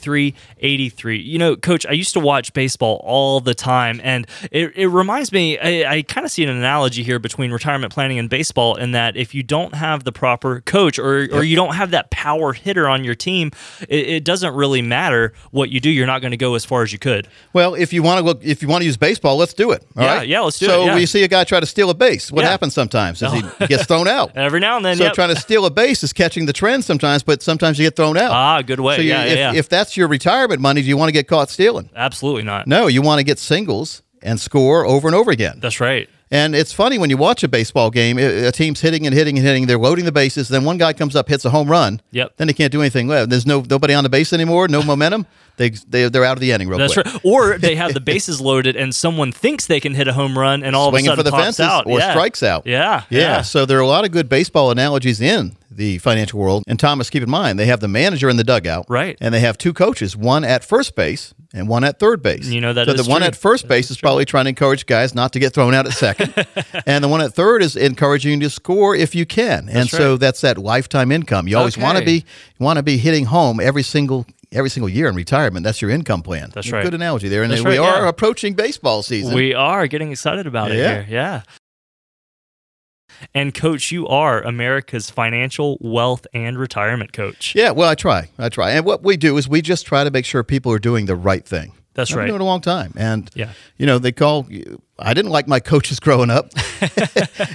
Speaker 2: 7383. You know, Coach, I used to watch baseball all the time, and it, it reminds me, I, I kind of see an analogy here between retirement planning and baseball in that if you don't have the proper coach or, or you don't have that power hitter on your team, it, it doesn't really matter what you do. You're not going to go as far as you could.
Speaker 5: Well, if you want to look, if you want to use baseball, let's do it. all
Speaker 2: Yeah,
Speaker 5: right?
Speaker 2: yeah, let's do it,
Speaker 5: So
Speaker 2: yeah.
Speaker 5: we see a guy try to steal a base. What
Speaker 2: Yeah.
Speaker 5: happens sometimes is he gets thrown out.
Speaker 2: Every now and then,
Speaker 5: so
Speaker 2: yep.
Speaker 5: trying to steal a base is catching the trend sometimes, but sometimes you get thrown out.
Speaker 2: Ah, good way.
Speaker 5: So you-
Speaker 2: Yeah, yeah,
Speaker 5: if,
Speaker 2: yeah.
Speaker 5: if that's your retirement money, do you want to get caught stealing?
Speaker 2: Absolutely not.
Speaker 5: No, you want to get singles and score over and over again.
Speaker 2: That's right.
Speaker 5: And it's funny when you watch a baseball game, i- a team's hitting and hitting and hitting. They're loading the bases. Then one guy comes up, hits a home run.
Speaker 2: Yep.
Speaker 5: Then they can't do anything left. There's no nobody on the base anymore. No momentum. They they they're out of the inning real
Speaker 2: That's
Speaker 5: quick.
Speaker 2: right. Or they have the bases loaded and someone thinks they can hit a home run and all
Speaker 5: swinging
Speaker 2: of a sudden
Speaker 5: for the
Speaker 2: pops
Speaker 5: fences
Speaker 2: out.
Speaker 5: or
Speaker 2: Yeah.
Speaker 5: strikes out.
Speaker 2: Yeah.
Speaker 5: yeah. So there are a lot of good baseball analogies in the financial world. And Thomas, keep in mind, they have the manager in the dugout.
Speaker 2: Right.
Speaker 5: And they have two coaches, one at first base and one at third base.
Speaker 2: You know, that
Speaker 5: so
Speaker 2: is
Speaker 5: the one
Speaker 2: true.
Speaker 5: at first base is probably trying to encourage guys not to get thrown out at second. and the one at third is encouraging you to score if you can. and so
Speaker 2: right.
Speaker 5: that's that lifetime income. You always want to
Speaker 2: Okay.
Speaker 5: be you want to be hitting home every single every single year in retirement. That's your income plan.
Speaker 2: That's
Speaker 5: Good
Speaker 2: right.
Speaker 5: Good analogy there. And
Speaker 2: That's
Speaker 5: we
Speaker 2: right,
Speaker 5: are
Speaker 2: yeah.
Speaker 5: approaching baseball season.
Speaker 2: We are getting excited about
Speaker 5: Yeah.
Speaker 2: it here. Yeah. And coach, you are America's financial wealth and retirement coach.
Speaker 5: Yeah, well, I try. I try. And what we do is we just try to make sure people are doing the right thing.
Speaker 2: That's
Speaker 5: I've
Speaker 2: right.
Speaker 5: been doing it a long time. And,
Speaker 2: Yeah.
Speaker 5: you know, they call, I didn't like my coaches growing up.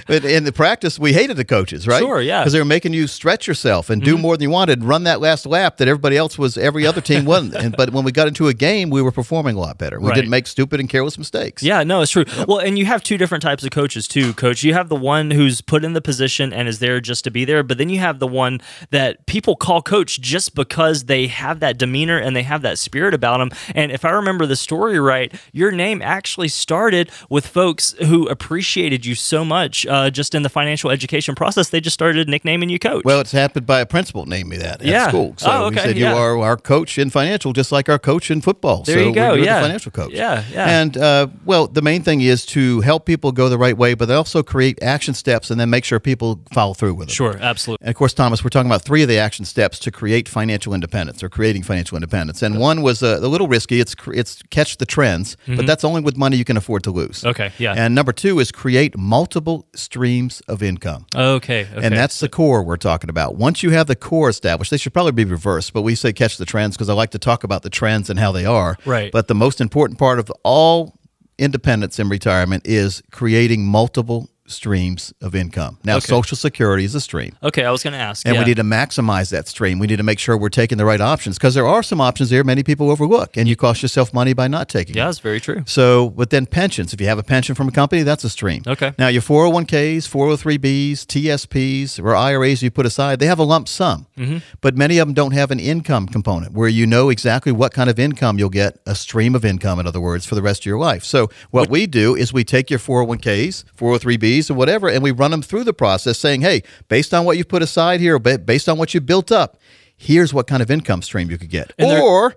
Speaker 5: but in the practice, we hated the coaches, right?
Speaker 2: Sure, yeah. Mm-hmm.
Speaker 5: Because they were making you stretch yourself and do more than you wanted, run that last lap that everybody else was, every other team wasn't. And, but when we got into a game, we were performing a lot better. We
Speaker 2: Right.
Speaker 5: didn't make stupid and careless mistakes.
Speaker 2: Yeah, no, it's true. Well, and you have two different types of coaches too, coach. You have the one who's put in the position and is there just to be there, but then you have the one that people call coach just because they have that demeanor and they have that spirit about them. And if I remember the story right, your name actually started with folks who appreciated you so much uh, just in the financial education process. They just started nicknaming you coach.
Speaker 5: Well, it's happened by a principal named me that at
Speaker 2: Yeah.
Speaker 5: school. So
Speaker 2: Oh,
Speaker 5: we
Speaker 2: okay,
Speaker 5: said you
Speaker 2: yeah.
Speaker 5: are our coach in financial, just like our coach in football.
Speaker 2: There
Speaker 5: so
Speaker 2: you go,
Speaker 5: We're, you're
Speaker 2: yeah.
Speaker 5: the financial coach.
Speaker 2: Yeah, yeah.
Speaker 5: And uh, well, the main thing is to help people go the right way, but also create action steps and then make sure people follow through with it.
Speaker 2: sure, absolutely.
Speaker 5: And of course, Thomas, we're talking about three of the action steps to create financial independence or creating financial independence. And one was uh, a, a little risky. It's cr- it's catch the trends, but that's only with money you can afford to lose.
Speaker 2: Mm-hmm. Okay, yeah.
Speaker 5: And number two is create multiple streams of income.
Speaker 2: Okay, okay.
Speaker 5: And that's the core we're talking about. Once you have the core established, they should probably be reversed, but we say catch the trends because I like to talk about the trends and how they are.
Speaker 2: Right.
Speaker 5: But the most important part of all independence in retirement is creating multiple streams of income. Now, Social Security is a stream.
Speaker 2: okay. I was going to ask.
Speaker 5: And
Speaker 2: yeah.
Speaker 5: we need to maximize that stream. We need to make sure we're taking the right options because there are some options there many people overlook, and you cost yourself money by not taking
Speaker 2: Yeah,
Speaker 5: it.
Speaker 2: that's very true.
Speaker 5: So, but then pensions. If you have a pension from a company, that's a stream.
Speaker 2: Okay.
Speaker 5: Now your 401ks, 403bs, TSPs, or IRAs you put aside, they have a lump sum,
Speaker 2: Mm-hmm.
Speaker 5: but many of them don't have an income component where you know exactly what kind of income you'll get, a stream of income, in other words, for the rest of your life. So what we do is we take your 401ks, 403bs, or whatever, and we run them through the process, saying, hey, based on what you've put aside here, ba- based on what you built up, here's what kind of income stream you could get,
Speaker 2: And they're-
Speaker 5: or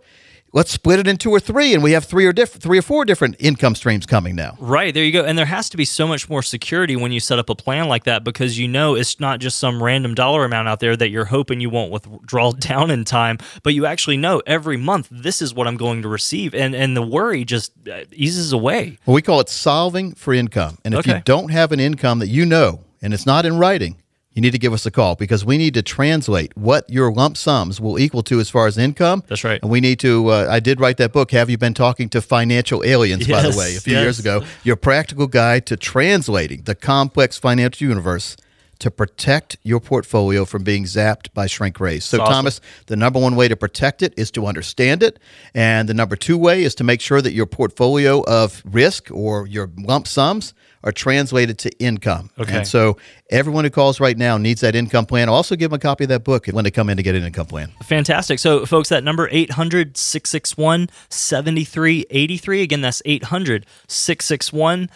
Speaker 5: Let's split it in two or three, and we have three or diff- three or four different income streams coming now.
Speaker 2: Right, there you go. And there has to be so much more security when you set up a plan like that because you know it's not just some random dollar amount out there that you're hoping you won't withdraw down in time, but you actually know every month this is what I'm going to receive and and the worry just uh, eases away.
Speaker 5: Well, we call it solving for income. And if you
Speaker 2: Okay.
Speaker 5: don't have an income that you know and it's not in writing, you need to give us a call because we need to translate what your lump sums will equal to as far as income.
Speaker 2: That's right.
Speaker 5: And we need to. Uh, I did write that book. Have you been talking to financial aliens? by the
Speaker 2: Yes,
Speaker 5: way, a few
Speaker 2: yes.
Speaker 5: years ago, your practical guide to translating the complex financial universe to protect your portfolio from being zapped by shrink rays. So,
Speaker 2: awesome.
Speaker 5: Thomas, the number one way to protect it is to understand it, and the number two way is to make sure that your portfolio of risk or your lump sums are translated to income.
Speaker 2: Okay.
Speaker 5: And so everyone who calls right now needs that income plan. I'll also give them a copy of that book when they come in to get an income plan.
Speaker 2: Fantastic. So, folks, that number 800 661 7383. Again, that's 800 661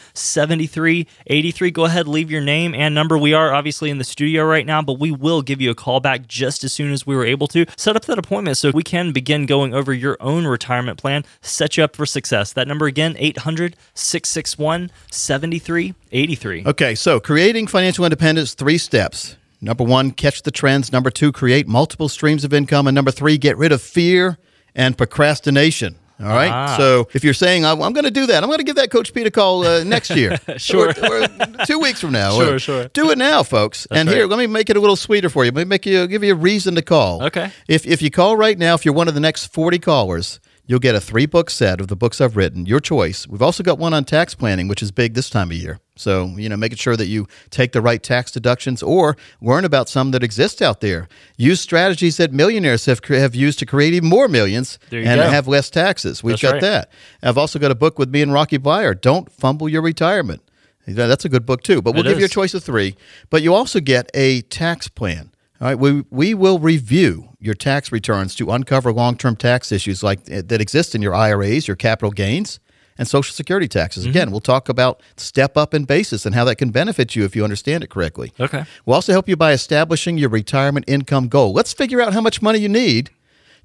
Speaker 2: 7383. Go ahead, leave your name and number. We are obviously in the studio right now, but we will give you a call back just as soon as we were able to. Set up that appointment so we can begin going over your own retirement plan, set you up for success. That number again, 800 661 7383.
Speaker 5: Okay, so creating financial independence, three steps. Number one, catch the trends. Number two, create multiple streams of income. And number three, get rid of fear and procrastination. All right.
Speaker 2: Ah.
Speaker 5: So if you're saying, I'm, I'm going to do that, I'm going to give that Coach Pete a call uh, next year.
Speaker 2: Sure.
Speaker 5: Or, or two weeks from now.
Speaker 2: Sure,
Speaker 5: Or-
Speaker 2: sure.
Speaker 5: Do it now, folks. and here, let me make it a little sweeter for you. Let me make you give you a reason to call.
Speaker 2: Okay.
Speaker 5: If, if you call right now, if you're one of the next 40 callers, you'll get a three book set of the books I've written, your choice. We've also got one on tax planning, which is big this time of year. So, you know, making sure that you take the right tax deductions or learn about some that exist out there. Use strategies that millionaires have, cre- have used to create even more millions
Speaker 2: There you
Speaker 5: and
Speaker 2: go.
Speaker 5: have less taxes. We've
Speaker 2: That's
Speaker 5: got
Speaker 2: right.
Speaker 5: that. I've also got a book with me and Rocky Blyer, Don't Fumble Your Retirement. Yeah, That's a good book too, but we'll
Speaker 2: It
Speaker 5: give you a
Speaker 2: is.
Speaker 5: choice of three. But you also get a tax plan. All right, we, we will review your eh, tax returns to uncover long term tax issues like that exist in your IRAs, your capital gains, and Social Security taxes. Again, we'll talk about step up in basis and how that can benefit you if you understand it correctly.
Speaker 2: Okay.
Speaker 5: We'll also help you by establishing your retirement income goal. Let's figure out how much money you need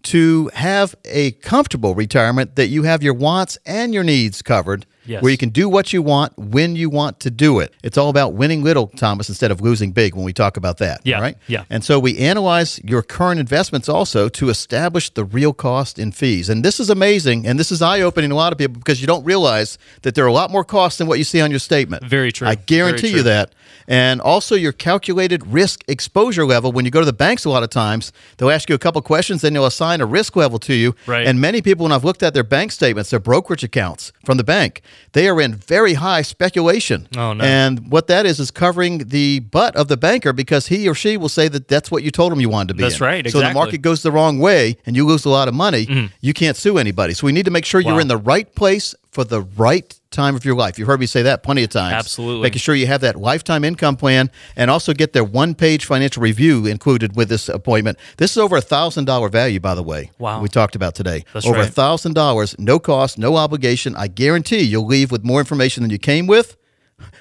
Speaker 5: to have a comfortable retirement that you have your wants and your needs covered,
Speaker 2: Yes.
Speaker 5: where you can do what you want when you want to do it. It's all about winning little, Thomas, instead of losing big when we talk about that.
Speaker 2: Yeah,
Speaker 5: all Right?
Speaker 2: yeah.
Speaker 5: And so we analyze your current investments also to establish the real cost in fees. And this is amazing and this is eye opening to a lot of people because you don't realize that there are a lot more costs than what you see on your statement.
Speaker 2: Very true.
Speaker 5: I guarantee
Speaker 2: Very
Speaker 5: you
Speaker 2: true.
Speaker 5: that. And also your calculated risk exposure level. When you go to the banks, a lot of times they'll ask you a couple questions, then they'll assign a risk level to you.
Speaker 2: Right.
Speaker 5: And many people, when I've looked at their bank statements, their brokerage accounts from the bank, they are in very high speculation.
Speaker 2: Oh, no.
Speaker 5: And what that is is covering the butt of the banker because he or she will say that that's what you told him you wanted to be.
Speaker 2: That's
Speaker 5: in.
Speaker 2: right,
Speaker 5: So when the
Speaker 2: exactly. Mm-hmm.
Speaker 5: market goes the wrong way and you lose a lot of money, you can't sue anybody. So we need to make sure
Speaker 2: Wow.
Speaker 5: you're in the right place for the right time of your life. You've heard me say that plenty of times.
Speaker 2: Absolutely.
Speaker 5: Making sure you have that lifetime income plan and also get their one page financial review included with this appointment. This is over a thousand dollar value, by the way.
Speaker 2: Wow.
Speaker 5: We talked about today.
Speaker 2: That's
Speaker 5: over a
Speaker 2: right.
Speaker 5: thousand dollars, no cost, no obligation. I guarantee you'll leave with more information than you came with.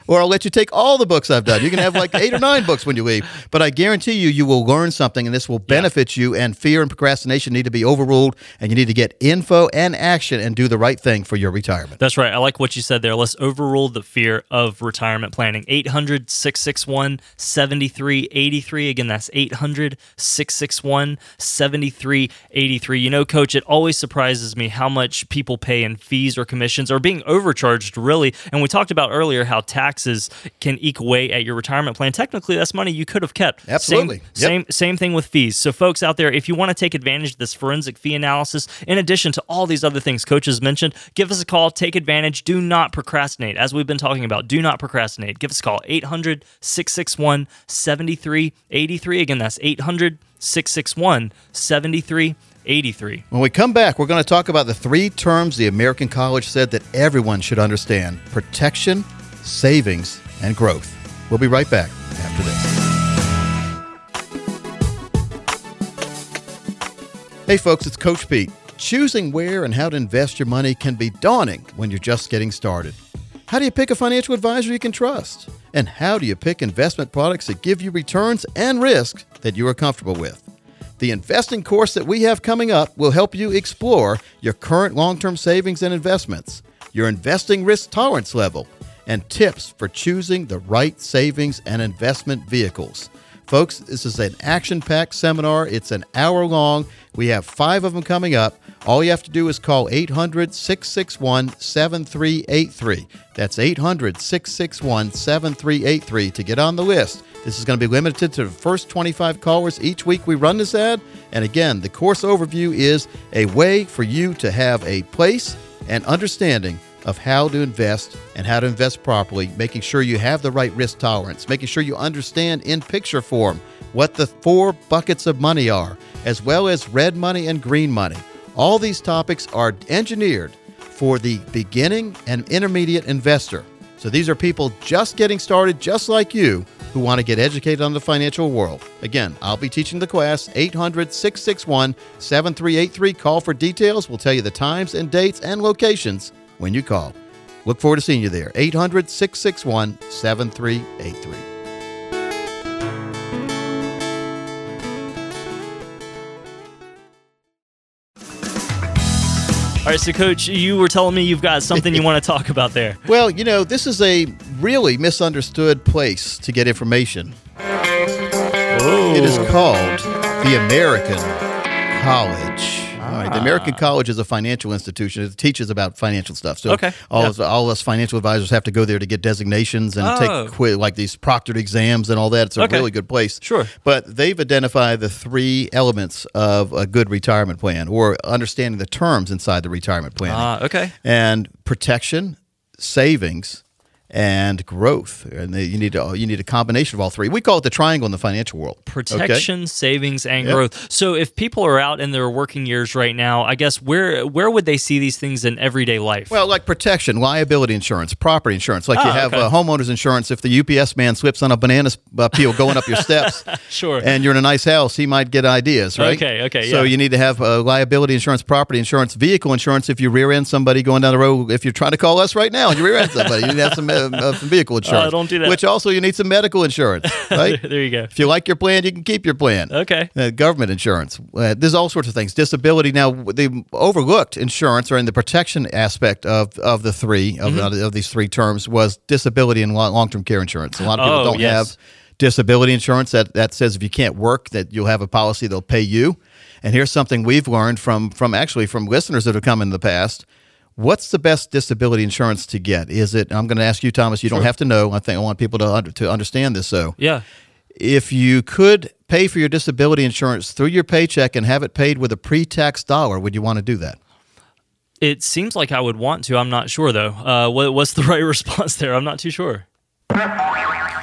Speaker 5: Or I'll let you take all the books I've done. You can have like eight or nine books when you leave. But I guarantee you, you will learn something and this will benefit you. And fear and procrastination need to be overruled. And you need to get info and action and do the right thing for your retirement.
Speaker 2: That's right. I like what you said there. Let's overrule the fear of retirement planning. 800 661 7383. Again, that's 800 661 7383. You know, coach, it always surprises me how much people pay in fees or commissions or being overcharged, really. And we talked about earlier how taxes can eke away at your retirement plan. Technically, that's money you could have kept. Same-
Speaker 5: Absolutely. Yep.
Speaker 2: Same, same same thing with fees. So folks out there, if you want to take advantage of this forensic fee analysis, in addition to all these other things coaches mentioned, give us a call, take advantage, do not procrastinate. As we've been talking about, do not procrastinate. Give us a call 800-661-7383. Again, that's 800-661-7383.
Speaker 5: When we come back, we're going to talk about the three terms the American College said that everyone should understand protection, savings, and growth. We'll be right back after this. Hey, folks, it's Coach Pete. Choosing where and how to invest your money can be daunting when you're just getting started. How do you pick a financial advisor you can trust? And how do you pick investment products that give you returns and risks that you are comfortable with? The investing course that we have coming up will help you explore your current long term savings and investments, your investing risk tolerance level, and tips for choosing the right savings and investment vehicles. Folks, this is an action packed seminar. It's an hour long. We have five of them coming up. All you have to do is call 800 661 7383. That's 800 661 7383 to get on the list. This is going to be limited to the first 25 callers each week we run this ad. And again, the course overview is a way for you to have a place and understanding of how to invest and how to invest properly, making sure you have the right risk tolerance, making sure you understand in picture form what the four buckets of money are, as well as red money and green money. All these topics are engineered for the beginning and intermediate investor. So these are people just getting started, just like you, who want to get educated on the financial world. Again, I'll be teaching the class 800 661 7383. Call for details. We'll tell you the times and dates and locations when you call. Look forward to seeing you there. 800 661 7383.
Speaker 2: All right, so coach, you were telling me you've got something you want to talk about there.
Speaker 5: Well, you know, this is a really misunderstood place to get information. It
Speaker 2: Oh.
Speaker 5: is called the American College. All right,
Speaker 2: Ah.
Speaker 5: the American College is a financial institution. It teaches about financial stuff. So
Speaker 2: Okay,
Speaker 5: all,
Speaker 2: yeah.
Speaker 5: us, all us financial advisors have to go there to get designations and
Speaker 2: Oh.
Speaker 5: take quiz, like these proctored exams and all that. It's a
Speaker 2: Okay.
Speaker 5: really good place.
Speaker 2: Sure.
Speaker 5: But they've identified the three elements of a good retirement plan or understanding the terms inside the retirement plan
Speaker 2: Uh, okay.
Speaker 5: and protection, savings, and growth. And they, you need a, you need a combination of all three. We call it the triangle in the financial world. okay?
Speaker 2: protection, savings, and growth. So if people are out in their working years right now, I guess where where would they see these things in everyday life?
Speaker 5: Well, like protection, liability insurance, property insurance, like you
Speaker 2: Ah,
Speaker 5: have
Speaker 2: okay.
Speaker 5: uh, homeowners insurance. If the UPS man slips on a banana s- uh, peel going up your steps,
Speaker 2: Sure.
Speaker 5: and you're in a nice house, he might get ideas, right?
Speaker 2: Okay, okay,
Speaker 5: So
Speaker 2: yeah.
Speaker 5: you need to have uh, liability insurance, property insurance, vehicle insurance. If you rear end somebody going down the road, if you're trying to call us right now and you rear end somebody, you need to have some, uh, uh, some vehicle insurance.
Speaker 2: Oh, don't do that.
Speaker 5: Which also you need some medical insurance, right?
Speaker 2: there you go.
Speaker 5: If you like your plan, you can keep your plan.
Speaker 2: Okay.
Speaker 5: Uh, government insurance. Uh, there's all sorts of things. Disability. Now, w- the overlooked insurance or in the protection aspect of, of the three, of,
Speaker 2: Mm-hmm.
Speaker 5: of these three terms, was disability and long term care insurance. A lot of people
Speaker 2: Oh,
Speaker 5: don't
Speaker 2: yes.
Speaker 5: have disability insurance that, that says if you can't work, that you'll have a policy they'll pay you. And here's something we've learned from, from actually from listeners that have come in the past. What's the best disability insurance to get? Is it? I'm going to ask you, Thomas. You don't have to know. I think I want people to under, to understand this. So,
Speaker 2: Yeah.
Speaker 5: if you could pay for your disability insurance through your paycheck and have it paid with a pre-tax dollar, would you want to do that?
Speaker 2: It seems like I would want to. I'm not sure though. Uh, what, what's the right response there? I'm not too sure.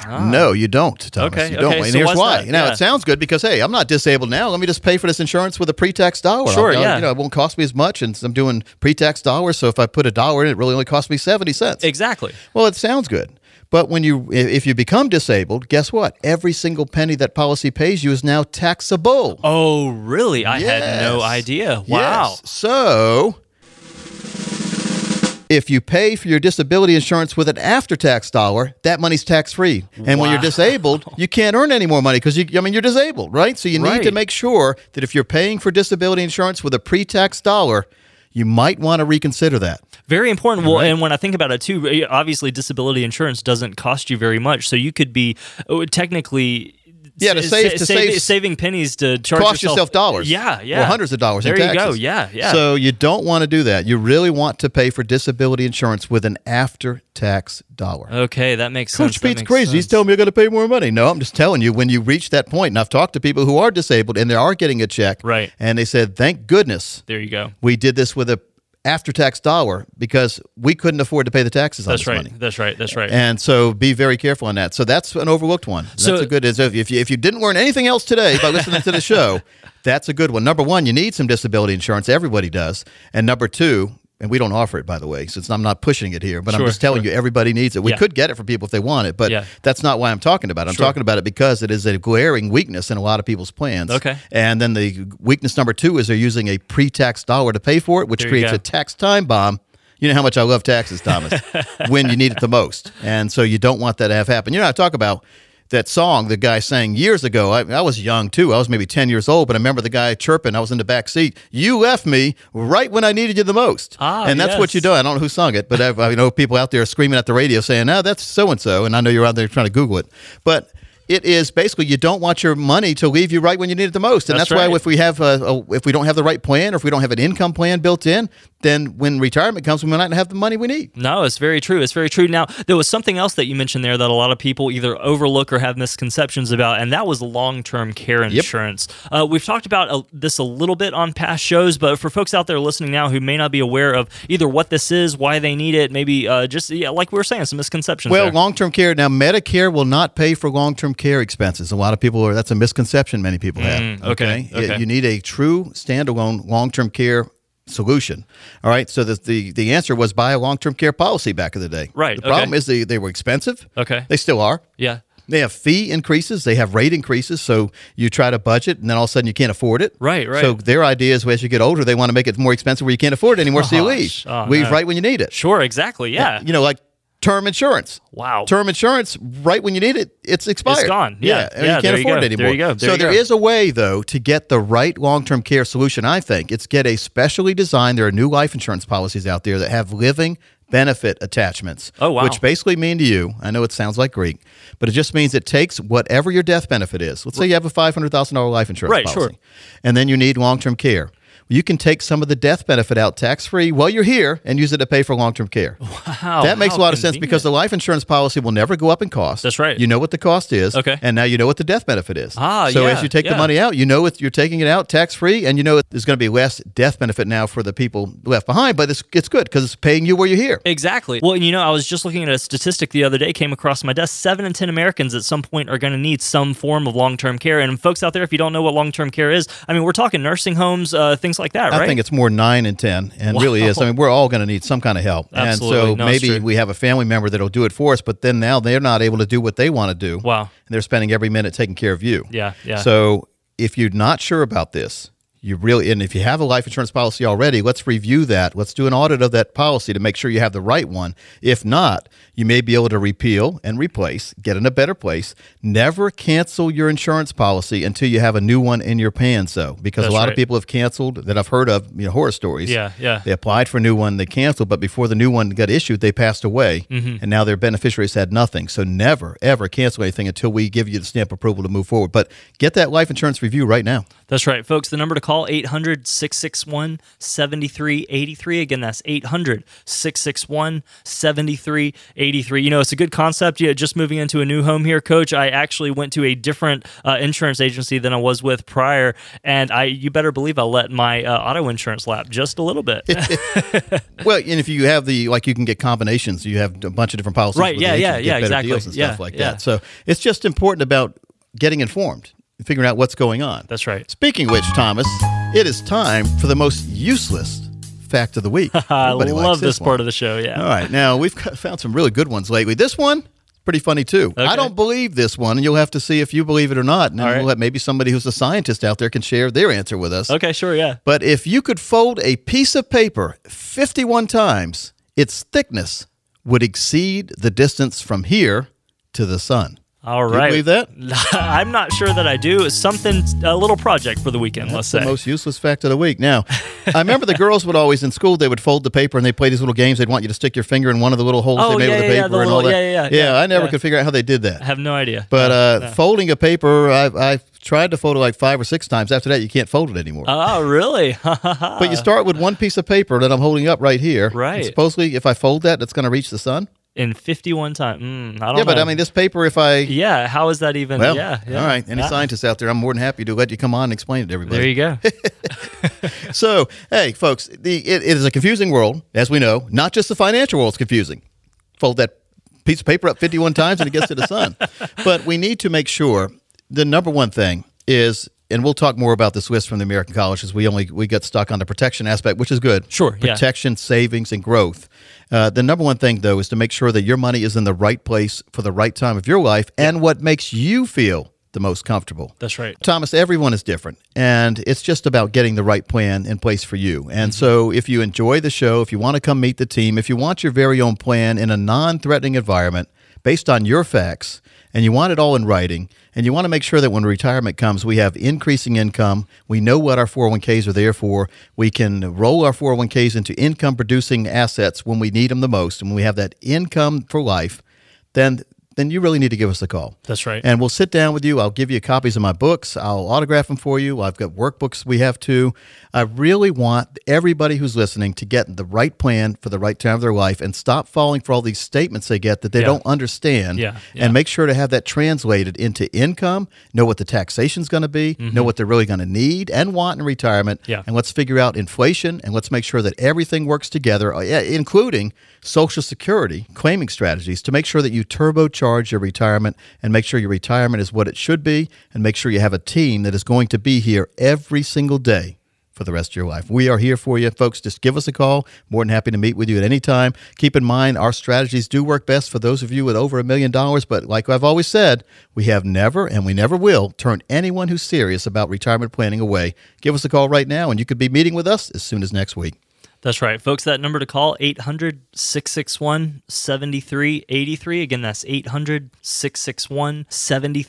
Speaker 5: No, you don't, Thomas.
Speaker 2: Ah. Okay,
Speaker 5: you don't.
Speaker 2: okay,
Speaker 5: And
Speaker 2: so
Speaker 5: here's
Speaker 2: why's
Speaker 5: why.
Speaker 2: that?
Speaker 5: Now
Speaker 2: Yeah.
Speaker 5: it sounds good because hey, I'm not disabled now. Let me just pay for this insurance with a pre-tax dollar.
Speaker 2: Sure,
Speaker 5: I'll- I'll-
Speaker 2: yeah.
Speaker 5: You know, it won't cost me as much, and I'm doing pre-tax dollars. So if I put a dollar in, it really only costs me seventy cents.
Speaker 2: Exactly.
Speaker 5: Well, it sounds good. But when you, i- if you become disabled, guess what? Every single penny that policy pays you is now taxable.
Speaker 2: Oh, really? I had no
Speaker 5: Yes.
Speaker 2: idea. Wow.
Speaker 5: Yes. So, if you pay for your disability insurance with an after-tax dollar, that money's tax-free. And when you're
Speaker 2: Wow.
Speaker 5: disabled, you can't earn any more money because you I mean you're disabled, right? So you need to
Speaker 2: Right.
Speaker 5: make sure that if you're paying for disability insurance with a pre-tax dollar, you might want to reconsider that.
Speaker 2: Very important. Well, and when I think about it too, eh, obviously disability insurance doesn't cost you very much, so you could be oh, technically
Speaker 5: Yeah, to
Speaker 2: sa-
Speaker 5: save-
Speaker 2: sa-
Speaker 5: to
Speaker 2: save-
Speaker 5: save-
Speaker 2: saving pennies to charge
Speaker 5: cost yourself dollars.
Speaker 2: Yeah, yeah,
Speaker 5: Or hundreds of dollars
Speaker 2: There
Speaker 5: in taxes.
Speaker 2: you go. Yeah, yeah.
Speaker 5: So you don't want to do that. You really want to pay for disability insurance with an after-tax dollar.
Speaker 2: okay, that makes sense.
Speaker 5: Coach
Speaker 2: that
Speaker 5: Pete's
Speaker 2: makes
Speaker 5: crazy. He's
Speaker 2: sense.
Speaker 5: telling me I got to pay more money. No, I'm just telling you when you reach that point, and I've talked to people who are disabled and they are getting a check,
Speaker 2: Right.
Speaker 5: And they said, "Thank goodness
Speaker 2: There you go.
Speaker 5: we did this with a after-tax dollar because we couldn't afford to pay the taxes on
Speaker 2: That's
Speaker 5: this
Speaker 2: right.
Speaker 5: money."
Speaker 2: That's right. That's right.
Speaker 5: And so, be very careful on that. So that's an overlooked one. That's
Speaker 2: So-
Speaker 5: a good. As if if you, if you didn't learn anything else today by listening to the show, that's a good one. Number one, you need some disability insurance. Everybody does. And number two, and we don't offer it by the way, since I'm not pushing it here, but I'm
Speaker 2: Sure,
Speaker 5: just telling you everybody needs it. We
Speaker 2: Yeah.
Speaker 5: could get it for people if they want it, but
Speaker 2: Yeah.
Speaker 5: that's not why I'm talking about it. I'm talking about it because it is a glaring weakness in a lot of people's plans.
Speaker 2: Okay.
Speaker 5: And then the weakness number two is they're using a pre-tax dollar to pay for it, which
Speaker 2: There you
Speaker 5: creates
Speaker 2: go.
Speaker 5: a tax time bomb. You know how much I love taxes, Thomas, when you need it the most. And so you don't want that to have happen. You know, I talk about that song the guy sang years ago. I, I was young too. I was maybe 10 years old, but I remember the guy chirping. I was in the back seat. You left me right when I needed you the most.
Speaker 2: Ah,
Speaker 5: and that's what
Speaker 2: yes.
Speaker 5: you do. I don't know who sung it, but I, I know people out there screaming at the radio saying, "No, that's so and so." And I know you're out there trying to Google it, but it is basically you don't want your money to leave you right when you need it the most, and that's,
Speaker 2: That's
Speaker 5: why
Speaker 2: right.
Speaker 5: if we have a, a if we don't have the right plan or if we don't have an income plan built in, then when retirement comes, we might not have the money we need.
Speaker 2: No, it's very true. It's very true. Now, there was something else that you mentioned there that a lot of people either overlook or have misconceptions about, and that was long term care insurance. Uh, we've talked about uh, this a little bit on past shows, but for folks out there listening now who may not be aware of either what this is, why they need it, maybe uh, just, yeah, like we were saying, some misconceptions.
Speaker 5: Well,
Speaker 2: there.
Speaker 5: long term care now Medicare will not pay for long term care expenses. A lot of people are that's a misconception many people have.
Speaker 2: Mm, okay,
Speaker 5: You-
Speaker 2: okay.
Speaker 5: you need a true standalone long term care solution. All right, so the the, the answer was buy a long term care policy back in the day.
Speaker 2: Right,
Speaker 5: The problem
Speaker 2: okay.
Speaker 5: is they they were expensive.
Speaker 2: Okay.
Speaker 5: They still are.
Speaker 2: yeah.
Speaker 5: They have fee increases, they have rate increases, so you try to budget and then all of a sudden you can't afford it.
Speaker 2: Right, right.
Speaker 5: So their idea is as you get older, they want to make it more expensive where you can't afford it anymore, so you leave.
Speaker 2: Gosh, oh,
Speaker 5: leave
Speaker 2: no.
Speaker 5: right when you need it.
Speaker 2: Sure, exactly. Yeah.
Speaker 5: You know, like term insurance.
Speaker 2: Wow.
Speaker 5: Term insurance, right when you need it, it's expired.
Speaker 2: gone. Yeah.
Speaker 5: and
Speaker 2: Yeah, there
Speaker 5: you can't
Speaker 2: you
Speaker 5: afford
Speaker 2: go.
Speaker 5: it
Speaker 2: There
Speaker 5: anymore.
Speaker 2: you go. There
Speaker 5: so
Speaker 2: you
Speaker 5: there
Speaker 2: go.
Speaker 5: is a way, though, to get the right long term care solution, I think. It's get a specially designed, there are new life insurance policies out there that have living benefit attachments.
Speaker 2: Oh, wow.
Speaker 5: Which basically mean to you, I know it sounds like Greek, but it just means it takes whatever your death benefit is. Let's say you have a $500,000 life insurance
Speaker 2: Right,
Speaker 5: policy.
Speaker 2: sure.
Speaker 5: And then you need long term care. you can take some of the death benefit out tax free while you're here and use it to pay for long term
Speaker 2: Oh,
Speaker 5: care.
Speaker 2: Wow,
Speaker 5: that makes
Speaker 2: how
Speaker 5: a lot of sense
Speaker 2: convenient.
Speaker 5: because the life insurance policy will never go up in cost.
Speaker 2: That's right.
Speaker 5: You know what the cost is.
Speaker 2: Okay.
Speaker 5: And now you know what the death benefit is.
Speaker 2: Ah,
Speaker 5: So
Speaker 2: yeah,
Speaker 5: as you take the
Speaker 2: yeah.
Speaker 5: money out, you know it, you're taking it out tax free, and you know it, there's going to be less death benefit now for the people left behind. But it's it's good because it's paying you where you're here.
Speaker 2: Exactly. Well, and you know, I was just looking at a statistic the other day, came across my desk. Seven in 10 Americans at some point are going to need some form of long term care. And folks out there, if you don't know what long term care is, I mean, we're talking nursing homes, uh, things like that,
Speaker 5: I
Speaker 2: right?
Speaker 5: think it's more nine and ten, and really is. I mean, we're all going to need some kind of help, and so
Speaker 2: Absolutely. No, it's
Speaker 5: maybe
Speaker 2: true.
Speaker 5: we have a family member that'll do it for us. But then now they're not able to do what they want to do.
Speaker 2: Wow.
Speaker 5: and they're spending every minute taking care of you.
Speaker 2: Yeah, yeah.
Speaker 5: So if you're not sure about this, you really and if you have a life insurance policy already, let's review that. Let's do an audit of that policy to make sure you have the right one. If not, you may be able to repeal and replace, get in a better place. Never cancel your insurance policy until you have a new one in your pans, though, because a
Speaker 2: That's
Speaker 5: lot of
Speaker 2: right.
Speaker 5: people have canceled that I've heard of, you know, horror stories.
Speaker 2: Yeah, yeah.
Speaker 5: They applied for a new one, they canceled, but before the new one got issued, they passed away,
Speaker 2: Mm-hmm.
Speaker 5: and now their beneficiaries had nothing. So never ever cancel anything until we give you the stamp approval to move forward. But get that life insurance review right now.
Speaker 2: That's right, folks. The number to call 800 661 7383. Again, that's 800 661 7383. You know, it's a good concept. Yeah, just moving into a new home here, coach. I actually went to a different uh, insurance agency than I was with prior, and I you better believe I let my uh, auto insurance lap just a little bit.
Speaker 5: Well, and if you have the like, you can get combinations. You have a bunch of different policies.
Speaker 2: Right,
Speaker 5: with
Speaker 2: yeah,
Speaker 5: the
Speaker 2: yeah,
Speaker 5: agent,
Speaker 2: yeah,
Speaker 5: Get better
Speaker 2: exactly.
Speaker 5: Deals and stuff
Speaker 2: Yeah,
Speaker 5: like
Speaker 2: yeah.
Speaker 5: that. So it's just important about getting informed, and figuring out what's going on.
Speaker 2: That's right.
Speaker 5: Speaking of which, Thomas, it is time for the most useless fact of the week.
Speaker 2: I
Speaker 5: Everybody likes
Speaker 2: love this
Speaker 5: one.
Speaker 2: part of the show. Yeah.
Speaker 5: All right, now we've got- found some really good ones lately. This one, pretty funny too. I
Speaker 2: Okay.
Speaker 5: don't believe this one, and you'll have to see if you believe it or not. And then
Speaker 2: All right.
Speaker 5: we'll have maybe somebody who's a scientist out there can share their answer with us.
Speaker 2: Okay, sure. Yeah.
Speaker 5: But if you could fold a piece of paper 51 times, its thickness would exceed the distance from here to the sun.
Speaker 2: All
Speaker 5: Do you
Speaker 2: right.
Speaker 5: believe that?
Speaker 2: I'm not sure that I do. It's something, a little project for the weekend, let's say.
Speaker 5: the most useless fact of the week. Now, I remember the girls would always in school they would fold the paper and they play these little games. They'd want you to stick your finger in one of the little holes
Speaker 2: Oh,
Speaker 5: they made
Speaker 2: yeah,
Speaker 5: with the
Speaker 2: yeah, yeah,
Speaker 5: paper
Speaker 2: the
Speaker 5: and all that.
Speaker 2: little- yeah, yeah, yeah,
Speaker 5: I never
Speaker 2: yeah.
Speaker 5: could figure out how they did that.
Speaker 2: I have no idea.
Speaker 5: But uh, folding a paper, I've, I've tried to fold it like five or six times. After that, you can't fold it anymore.
Speaker 2: Oh, really?
Speaker 5: but you start with one piece of paper that I'm holding up right here. And
Speaker 2: Right.
Speaker 5: supposedly, if I fold that, that's going to reach the sun.
Speaker 2: in 51 times. Mm, I don't
Speaker 5: Yeah,
Speaker 2: know.
Speaker 5: but I mean, this paper, if I.
Speaker 2: yeah, how is that even?
Speaker 5: Well,
Speaker 2: yeah, yeah. Uh,
Speaker 5: all right. Any
Speaker 2: Yeah.
Speaker 5: scientists out there, I'm more than happy to let you come on and explain it to everybody.
Speaker 2: There you go.
Speaker 5: So, hey, folks, the, it, it is a confusing world, as we know. Not just the financial world's confusing. Fold that piece of paper up 51 times and it gets to the sun. But we need to make sure the number one thing is, and we'll talk more about this list from the American colleges. We only we got stuck on the protection aspect, which is good.
Speaker 2: Sure, yeah.
Speaker 5: protection, savings, and growth. Uh, the number one thing, though, is to make sure that your money is in the right place for the right time of your life and what makes you feel the most comfortable.
Speaker 2: That's right.
Speaker 5: Thomas, everyone is different, and it's just about getting the right plan in place for you. And
Speaker 2: Mm-hmm.
Speaker 5: so, if you enjoy the show, if you want to come meet the team, if you want your very own plan in a non threatening environment based on your facts, and you want it all in writing, and you want to make sure that when retirement comes, we have increasing income, we know what our 401ks are there for, we can roll our 401ks into income producing assets when we need them the most, and when we have that income for life, then then you really need to give us a call.
Speaker 2: That's right.
Speaker 5: And we'll sit down with you. I'll give you copies of my books. I'll autograph them for you. I've got workbooks we have too. I really want everybody who's listening to get the right plan for the right time of their life and stop falling for all these statements they get that they
Speaker 2: Yeah.
Speaker 5: don't understand.
Speaker 2: Yeah, yeah.
Speaker 5: And make sure to have that translated into income, know what the taxation's going to be, know what they're really going to need and want in retirement.
Speaker 2: Yeah.
Speaker 5: And let's figure out inflation and let's make sure that everything works together, uh, yeah, including Social Security claiming strategies to make sure that you turbocharge your retirement and make sure your retirement is what it should be and make sure you have a team that is going to be here every single day for the rest of your life. We are here for you, folks. Just give us a call. More than happy to meet with you at any time. Keep in mind, our strategies do work best for those of you with over a million dollars. But like I've always said, we have never and we never will turn anyone who's serious about retirement planning away. Give us a call right now, and you could be meeting with us as soon as next week.
Speaker 2: That's right. Folks, that number to call 800 661 7383. Again, that's 800 661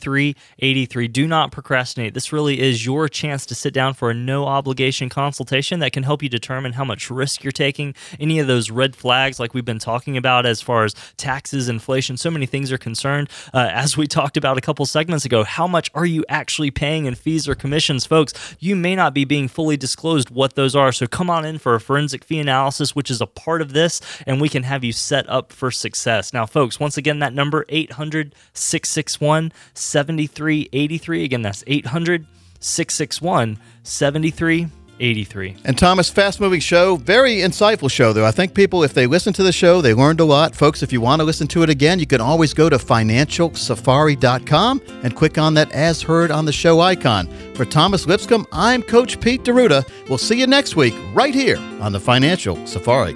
Speaker 2: 7383. Do not procrastinate. This really is your chance to sit down for a no obligation consultation that can help you determine how much risk you're taking, any of those red flags like we've been talking about as far as taxes, inflation, so many things are concerned. Uh, as we talked about a couple segments ago, how much are you actually paying in fees or commissions, folks? You may not be being fully disclosed what those are. So come on in for a forensic fee analysis, which is a part of this, and we can have you set up for success. Now, folks, once again, that number 800 661 7383. Again, that's 800 661 7383.
Speaker 5: And Thomas, fast moving show, very insightful show, though. I think people, if they listen to the show, they learned a lot. Folks, if you want to listen to it again, you can always go to financialsafari.com and click on that as heard on the show icon. For Thomas Lipscomb, I'm Coach Pete Deruta. We'll see you next week right here on the Financial Safari.